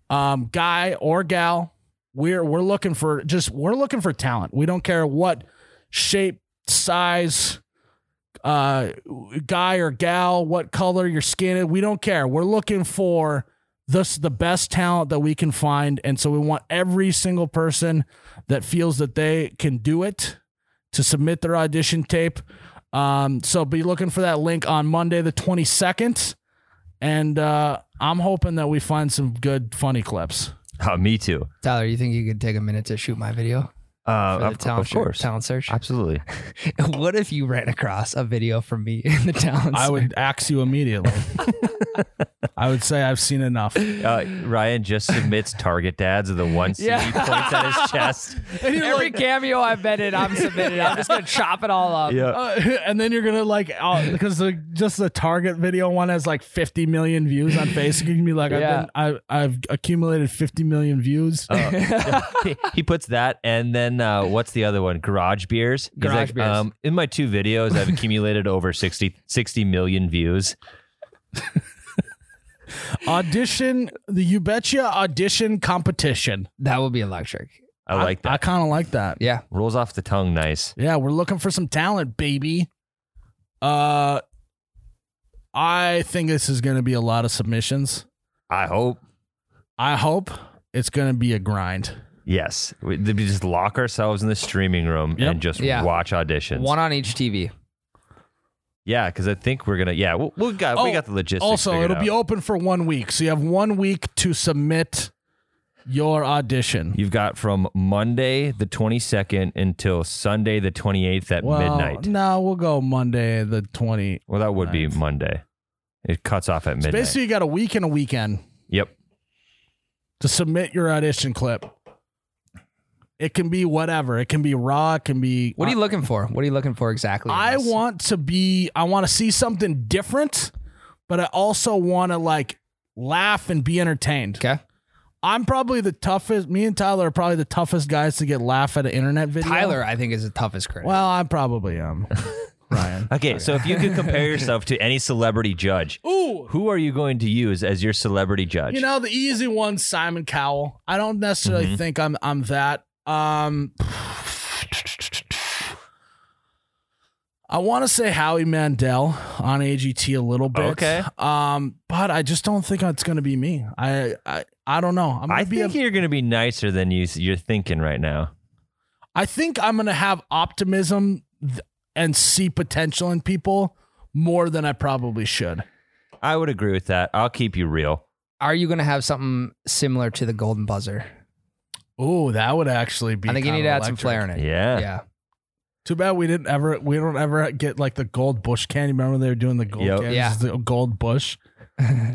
Speaker 1: Um, guy or gal, we're we're looking for just we're looking for talent. We don't care what shape, size, uh, guy or gal, what color your skin is. We don't care. We're looking for this the best talent that we can find, and so we want every single person that feels that they can do it to submit their audition tape. Um, so be looking for that link on Monday the twenty second, and uh, I'm hoping that we find some good funny clips.
Speaker 2: Oh, me too.
Speaker 3: Tyler, you think you could take a minute to shoot my video
Speaker 2: Uh,
Speaker 3: for the
Speaker 2: of,
Speaker 3: talent
Speaker 2: of
Speaker 3: shir-
Speaker 2: course,
Speaker 3: talent search?
Speaker 2: absolutely.
Speaker 3: what if you ran across a video from me in the talent?
Speaker 1: I
Speaker 3: search?
Speaker 1: would axe you immediately. I would say I've seen enough. And
Speaker 2: Uh, Ryan just submits target dads of the one seed he points at his chest.
Speaker 1: you're
Speaker 3: Every
Speaker 1: like-
Speaker 3: cameo I've been in, I'm submitted. I'm just gonna chop it all up.
Speaker 2: Yeah.
Speaker 1: uh, and then you're gonna like oh, because the, just the Target video one has like 50 million views on Facebook. You can be like,
Speaker 3: Yeah.
Speaker 1: I've, been, I, I've accumulated 50 million views.
Speaker 2: Oh, he, he puts that, and then uh, what's the other one? Garage beers. He's
Speaker 3: Garage
Speaker 2: like,
Speaker 3: beers.
Speaker 2: Um, in my two videos, I've accumulated over 60, 60 million views.
Speaker 1: audition the You Betcha audition competition.
Speaker 3: That would be electric.
Speaker 2: I like that.
Speaker 1: I kind of like that.
Speaker 3: Yeah.
Speaker 2: Rolls off the tongue, nice.
Speaker 1: Yeah, we're looking for some talent, baby. Uh I think this is going to be a lot of submissions.
Speaker 2: I hope.
Speaker 1: I hope it's going to be a grind.
Speaker 2: Yes, we, we just lock ourselves in the streaming room
Speaker 1: Yep.
Speaker 2: and just
Speaker 3: Yeah.
Speaker 2: watch auditions.
Speaker 3: One on each TV.
Speaker 2: yeah, because I think we're gonna. Yeah, we, we got we
Speaker 1: Oh,
Speaker 2: got the logistics.
Speaker 1: also,
Speaker 2: figured
Speaker 1: it'll be
Speaker 2: out.
Speaker 1: open for 1 week. So you have 1 week to submit your audition.
Speaker 2: You've got from Monday the twenty second until Sunday the twenty eighth at
Speaker 1: well,
Speaker 2: midnight.
Speaker 1: No, we'll go Monday the 20.
Speaker 2: Well, that would be
Speaker 1: Ninth.
Speaker 2: Monday. It cuts off at midnight.
Speaker 1: Basically, you got a week and a weekend
Speaker 2: yep.
Speaker 1: to submit your audition clip. It can be whatever. It can be raw, it can be
Speaker 3: What are you looking for? What are you looking for exactly? in
Speaker 1: Uh, I
Speaker 3: this?
Speaker 1: want to be I want to see something different, but I also want to like laugh and be entertained.
Speaker 3: Okay.
Speaker 1: I'm probably the toughest. Me and Tyler are probably the toughest guys to get laugh at an internet video.
Speaker 3: Tyler, I think, is the toughest critic.
Speaker 1: Well, I probably am. Ryan.
Speaker 2: Okay, so if you could compare yourself to any celebrity judge,
Speaker 1: Ooh.
Speaker 2: who are you going to use as your celebrity judge?
Speaker 1: You know, the easy one, Simon Cowell. I don't necessarily
Speaker 3: Mm-hmm.
Speaker 2: Mhm.
Speaker 1: think I'm I'm that. Um I want to say Howie Mandel on AGT a little bit.
Speaker 2: Okay.
Speaker 1: Um, but I just don't think it's gonna be me. I I, I don't know. I'm gonna
Speaker 2: I
Speaker 1: be a-
Speaker 2: think you're going to be nicer than you you're thinking right now.
Speaker 1: I think I'm gonna have optimism th- and see potential in people more than I probably should.
Speaker 2: I would agree with that. I'll keep you real.
Speaker 3: Are you going to have something similar to the golden buzzer?
Speaker 1: Oh, that would actually be
Speaker 3: I think you need
Speaker 1: kinda
Speaker 3: to add some
Speaker 1: electric.
Speaker 3: flair in it.
Speaker 2: Yeah.
Speaker 3: yeah.
Speaker 1: Too bad we didn't ever we don't ever get like the gold bush candy. Remember they were doing the gold
Speaker 2: Yep.
Speaker 1: candy,
Speaker 3: Yeah.
Speaker 1: the gold bush.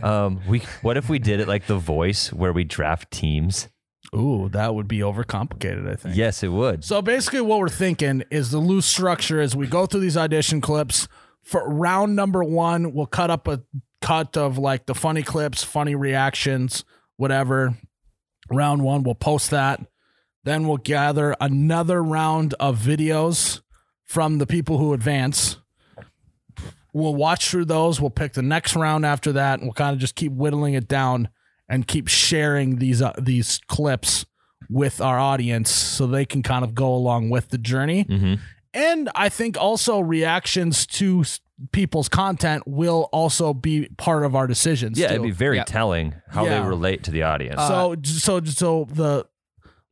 Speaker 2: Um we what if we did it like The Voice where we draft teams?
Speaker 1: Ooh, that would be overcomplicated, I think.
Speaker 2: Yes, it would.
Speaker 1: So basically what we're thinking is the loose structure is we go through these audition clips for round number 1, we'll cut up a cut of like the funny clips, funny reactions, whatever. Round 1, we'll post that. Then we'll gather another round of videos from the people who advance. We'll watch through those. We'll pick the next round after that, and we'll kind of just keep whittling it down and keep sharing these uh, these clips with our audience so they can kind of go along with the journey.
Speaker 2: Mhm.
Speaker 1: And I think also reactions to s- people's content will also be part of our decisions.
Speaker 2: Yeah,
Speaker 1: too.
Speaker 2: it'd be uh, very
Speaker 3: Yeah.
Speaker 2: telling how
Speaker 1: Yeah. Uh,
Speaker 2: they relate to the audience.
Speaker 1: So so so the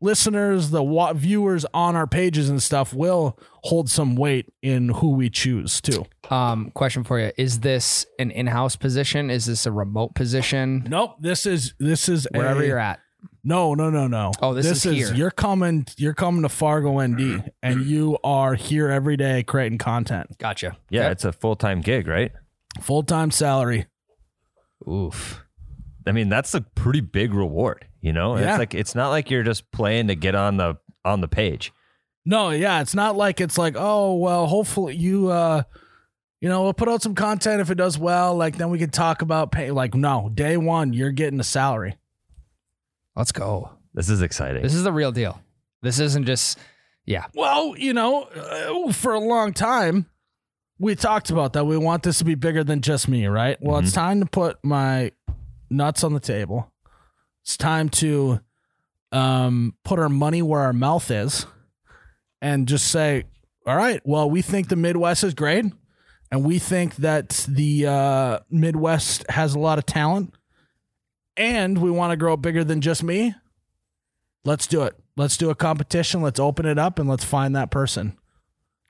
Speaker 1: listeners, the wa- viewers on our pages and stuff will hold some weight in who we choose too.
Speaker 3: Um, question for you: Is this an in-house position? Is this a remote position?
Speaker 1: Nope, this is this is
Speaker 3: Wherever you're at,
Speaker 1: No, no, no, no.
Speaker 3: Oh, this is here. Mm-hmm.
Speaker 1: you're coming you're coming to Fargo ND and you are here every day creating content.
Speaker 3: gotcha.
Speaker 2: yeah,
Speaker 3: Okay.
Speaker 2: it's a full-time gig, right?
Speaker 1: Full-time salary.
Speaker 3: Oof.
Speaker 2: I mean, that's a pretty big reward, you know?
Speaker 1: Yeah.
Speaker 2: It's like it's not like you're just playing to get on the on the page.
Speaker 1: No, yeah, it's not like it's like, oh well, hopefully you uh you know, we'll put out some content if it does well, like then we can talk about pay like no, day one, you're getting a salary.
Speaker 3: Let's go.
Speaker 2: This is exciting.
Speaker 3: This is the real deal. This isn't just
Speaker 1: Well, you know, uh, for a long time, we talked about that. We want this to be bigger than just me, right? Well, it's time to put my nuts on the table. It's time to um, put our money where our mouth is and just say, all right, well, we think the Midwest is great. And we think that the uh, Midwest has a lot of talent. And we want to grow bigger than just me let's do it. Let's do a competition. Let's open it up and let's find that person,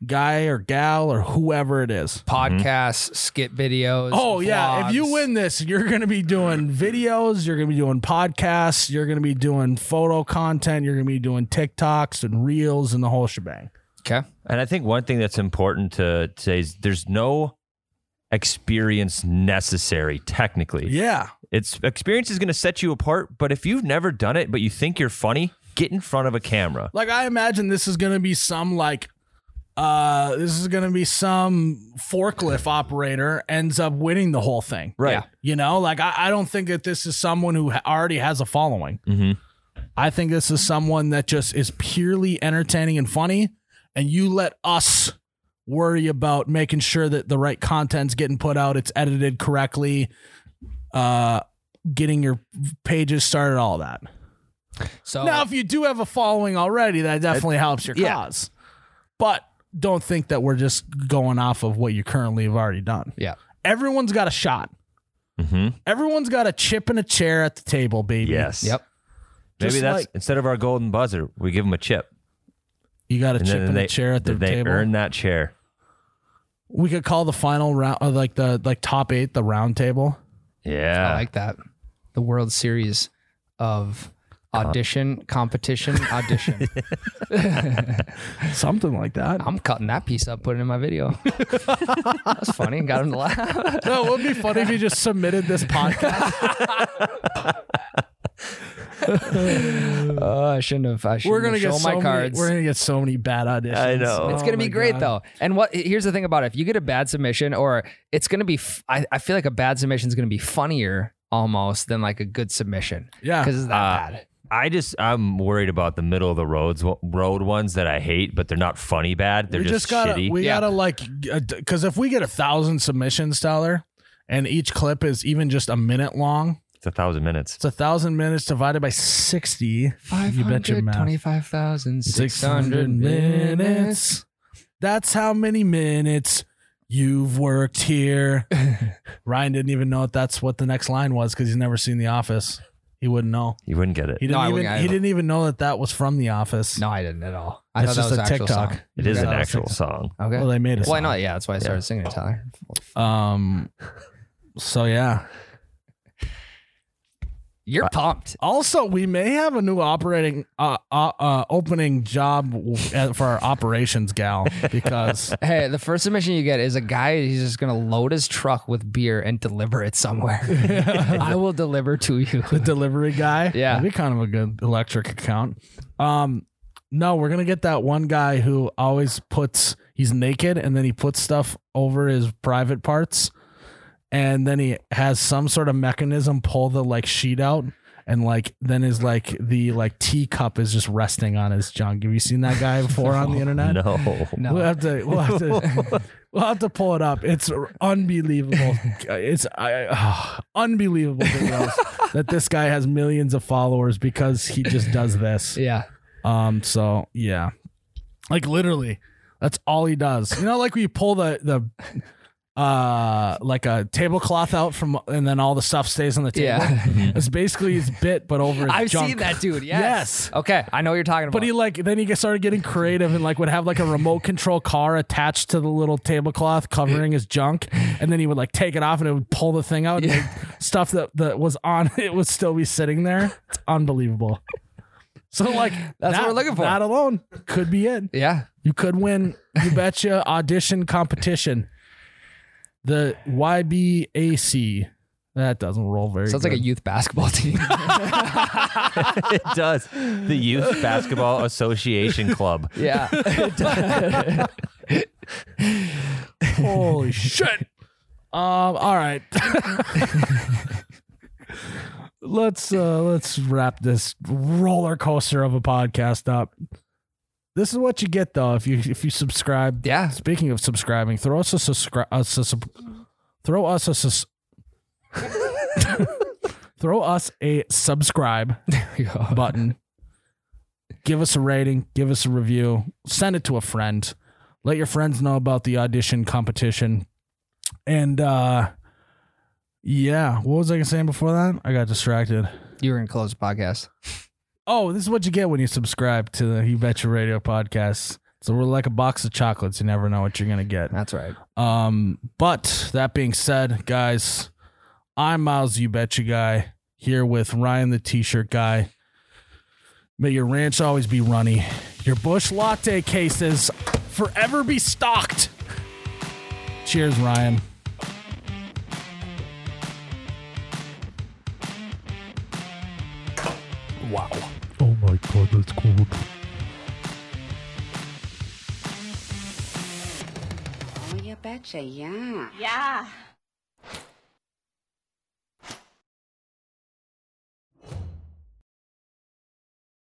Speaker 1: guy or gal or whoever it is.
Speaker 2: Mm-hmm.
Speaker 3: podcasts, skit videos.
Speaker 1: Oh yeah, if you
Speaker 3: vlogs.
Speaker 1: win this, you're going to be doing videos, you're going to be doing podcasts, you're going to be doing photo content, you're going to be doing TikToks and reels and the whole shebang.
Speaker 3: okay,
Speaker 2: And I think one thing that's important to say is there's no experience necessary technically.
Speaker 1: Yeah.
Speaker 2: It's experience is going to set you apart, but if you've never done it but you think you're funny, get in front of a camera.
Speaker 1: Like I imagine this is gonna be some like uh this is gonna be some forklift operator ends up winning the whole thing.
Speaker 2: Right.
Speaker 1: You know, like I, I don't think that this is someone who ha- already has a following.
Speaker 2: Mhm.
Speaker 1: I think this is someone that just is purely entertaining and funny, and you let us worry about making sure that the right content's getting put out, it's edited correctly, uh, getting your pages started, all that.
Speaker 3: so
Speaker 1: Now, if you do have a following already, that definitely helps your
Speaker 2: Uh, yeah.
Speaker 1: cause. But don't think that we're just going off of what you currently have already done.
Speaker 3: yeah,
Speaker 1: Everyone's got a shot.
Speaker 2: hmm
Speaker 1: Everyone's got a chip and a chair at the table, baby.
Speaker 2: Yes.
Speaker 3: yep.
Speaker 2: Maybe
Speaker 1: Just
Speaker 2: that's
Speaker 1: like-
Speaker 2: instead of our golden buzzer, we give them a chip.
Speaker 1: You got a
Speaker 2: And
Speaker 1: chip
Speaker 2: then
Speaker 1: and
Speaker 2: they,
Speaker 1: a chair at the
Speaker 2: they
Speaker 1: table.
Speaker 2: earn that chair.
Speaker 1: we could call the final round, or like the like top eight, the round table.
Speaker 2: Yeah.
Speaker 3: I like that. The World Series of audition competition audition.
Speaker 1: Something like that.
Speaker 3: I'm cutting that piece up, putting it in my video. That's funny. Got him to laugh.
Speaker 1: no, it would be funny if you just submitted this podcast.
Speaker 3: Oh, I shouldn't have. I shouldn't
Speaker 1: we're gonna
Speaker 3: have
Speaker 1: get
Speaker 3: shown
Speaker 1: so
Speaker 3: my
Speaker 1: many,
Speaker 3: cards.
Speaker 1: We're gonna get so many bad auditions.
Speaker 2: I know.
Speaker 1: Oh
Speaker 3: It's gonna
Speaker 1: my
Speaker 3: be great
Speaker 1: God.
Speaker 3: though. And what here's the thing about it: if you get a bad submission, or it's gonna be, f- I, I feel like a bad submission is gonna be funnier almost than like a good submission
Speaker 1: Yeah.
Speaker 3: because it's that
Speaker 2: Uh,
Speaker 3: bad.
Speaker 2: I just I'm worried about the middle of the roads road ones that I hate, but they're not funny bad. They're
Speaker 1: we
Speaker 2: just,
Speaker 1: gotta,
Speaker 2: shitty.
Speaker 1: We
Speaker 3: Yeah.
Speaker 1: gotta like, because if we get a thousand submissions, Tyler, and each clip is even just a minute long,
Speaker 2: it's a thousand minutes.
Speaker 1: it's a thousand minutes divided by sixty. You bet your math.
Speaker 3: 25,600 minutes.
Speaker 1: That's how many minutes you've worked here. Ryan didn't even know if that's what the next line was because he's never seen The Office. He wouldn't know.
Speaker 2: You wouldn't get it.
Speaker 1: He
Speaker 3: No,
Speaker 1: didn't
Speaker 3: I
Speaker 1: even.
Speaker 3: wouldn't- I
Speaker 1: he
Speaker 3: don't-
Speaker 1: didn't even know that that was from The Office.
Speaker 3: No, I didn't at all. I
Speaker 1: That's
Speaker 3: thought
Speaker 1: just
Speaker 3: that was
Speaker 1: a
Speaker 3: actual
Speaker 1: TikTok.
Speaker 3: song.
Speaker 2: It is
Speaker 3: Yeah,
Speaker 2: an
Speaker 3: that was
Speaker 2: actual
Speaker 3: TikTok.
Speaker 2: song.
Speaker 3: Okay.
Speaker 1: Well, they made it.
Speaker 3: Well, I know. Yeah, that's why I started singing it, Tyler.
Speaker 1: Um. So yeah.
Speaker 3: You're pumped.
Speaker 1: Also, we may have a new operating uh, uh, uh opening job w- for our operations gal because
Speaker 3: Hey, the first submission you get is a guy. He's just gonna load his truck with beer and deliver it somewhere. I will deliver to you.
Speaker 1: the delivery guy.
Speaker 3: Yeah.
Speaker 1: that'd be kind of a good electric account. Um, no, we're gonna get that one guy who always puts he's naked and then he puts stuff over his private parts, and then he has some sort of mechanism pull the like sheet out. And like then is like the like teacup is just resting on his junk. Have you seen that guy before on the internet?
Speaker 2: No.
Speaker 3: No.
Speaker 1: We'll have to we'll have to we'll have to pull it up. It's unbelievable. It's I, ah, unbelievable to realize that this guy has millions of followers because he just does this.
Speaker 3: Yeah.
Speaker 1: Um. So yeah, like literally, that's all he does. You know, like when you pull the the uh like a tablecloth out from and then all the stuff stays on the table.
Speaker 3: Yeah.
Speaker 1: It's basically his bit, but over. His
Speaker 3: I've
Speaker 1: junk.
Speaker 3: seen that dude. Yes.
Speaker 1: Yes.
Speaker 3: Okay. I know what you're talking about.
Speaker 1: But he like then he get- started getting creative and like would have like a remote control car attached to the little tablecloth covering his junk, and then he would like take it off and it would pull the thing out. And the stuff that that was on it would still be sitting there. It's unbelievable. So like
Speaker 3: That's what
Speaker 1: that-
Speaker 3: we're looking for.
Speaker 1: That alone could be it.
Speaker 3: yeah.
Speaker 1: You could win. You betcha audition competition. The YBAC. That doesn't roll very.
Speaker 3: Sounds like a
Speaker 1: good.
Speaker 3: youth basketball team.
Speaker 2: it does. The Youth Basketball Association Club.
Speaker 3: yeah.
Speaker 1: Holy shit. Um, all right. let's uh let's wrap this roller coaster of a podcast up. This is what you get though if you if you subscribe.
Speaker 3: Yeah.
Speaker 1: Speaking of subscribing, throw us a subscribe a, sus- throw us a sus- throw us a subscribe button. Give us a rating, give us a review, send it to a friend. Let your friends know about the audition competition. And uh yeah, what was I gonna say before that? I got distracted.
Speaker 3: you were gonna close the podcast.
Speaker 1: Oh, this is what you get when you subscribe to the You Bet Your Radio podcast. So we're like a box of chocolates. You never know what you're gonna get.
Speaker 3: That's right.
Speaker 1: Um, but that being said, guys, I'm Miles You Betcha Guy here with Ryan the T-shirt guy. May your ranch always be runny. Your bush latte cases forever be stocked. Cheers, Ryan. Wow. Oh my god, that's cool.
Speaker 5: Oh, you betcha, yeah.
Speaker 6: Yeah.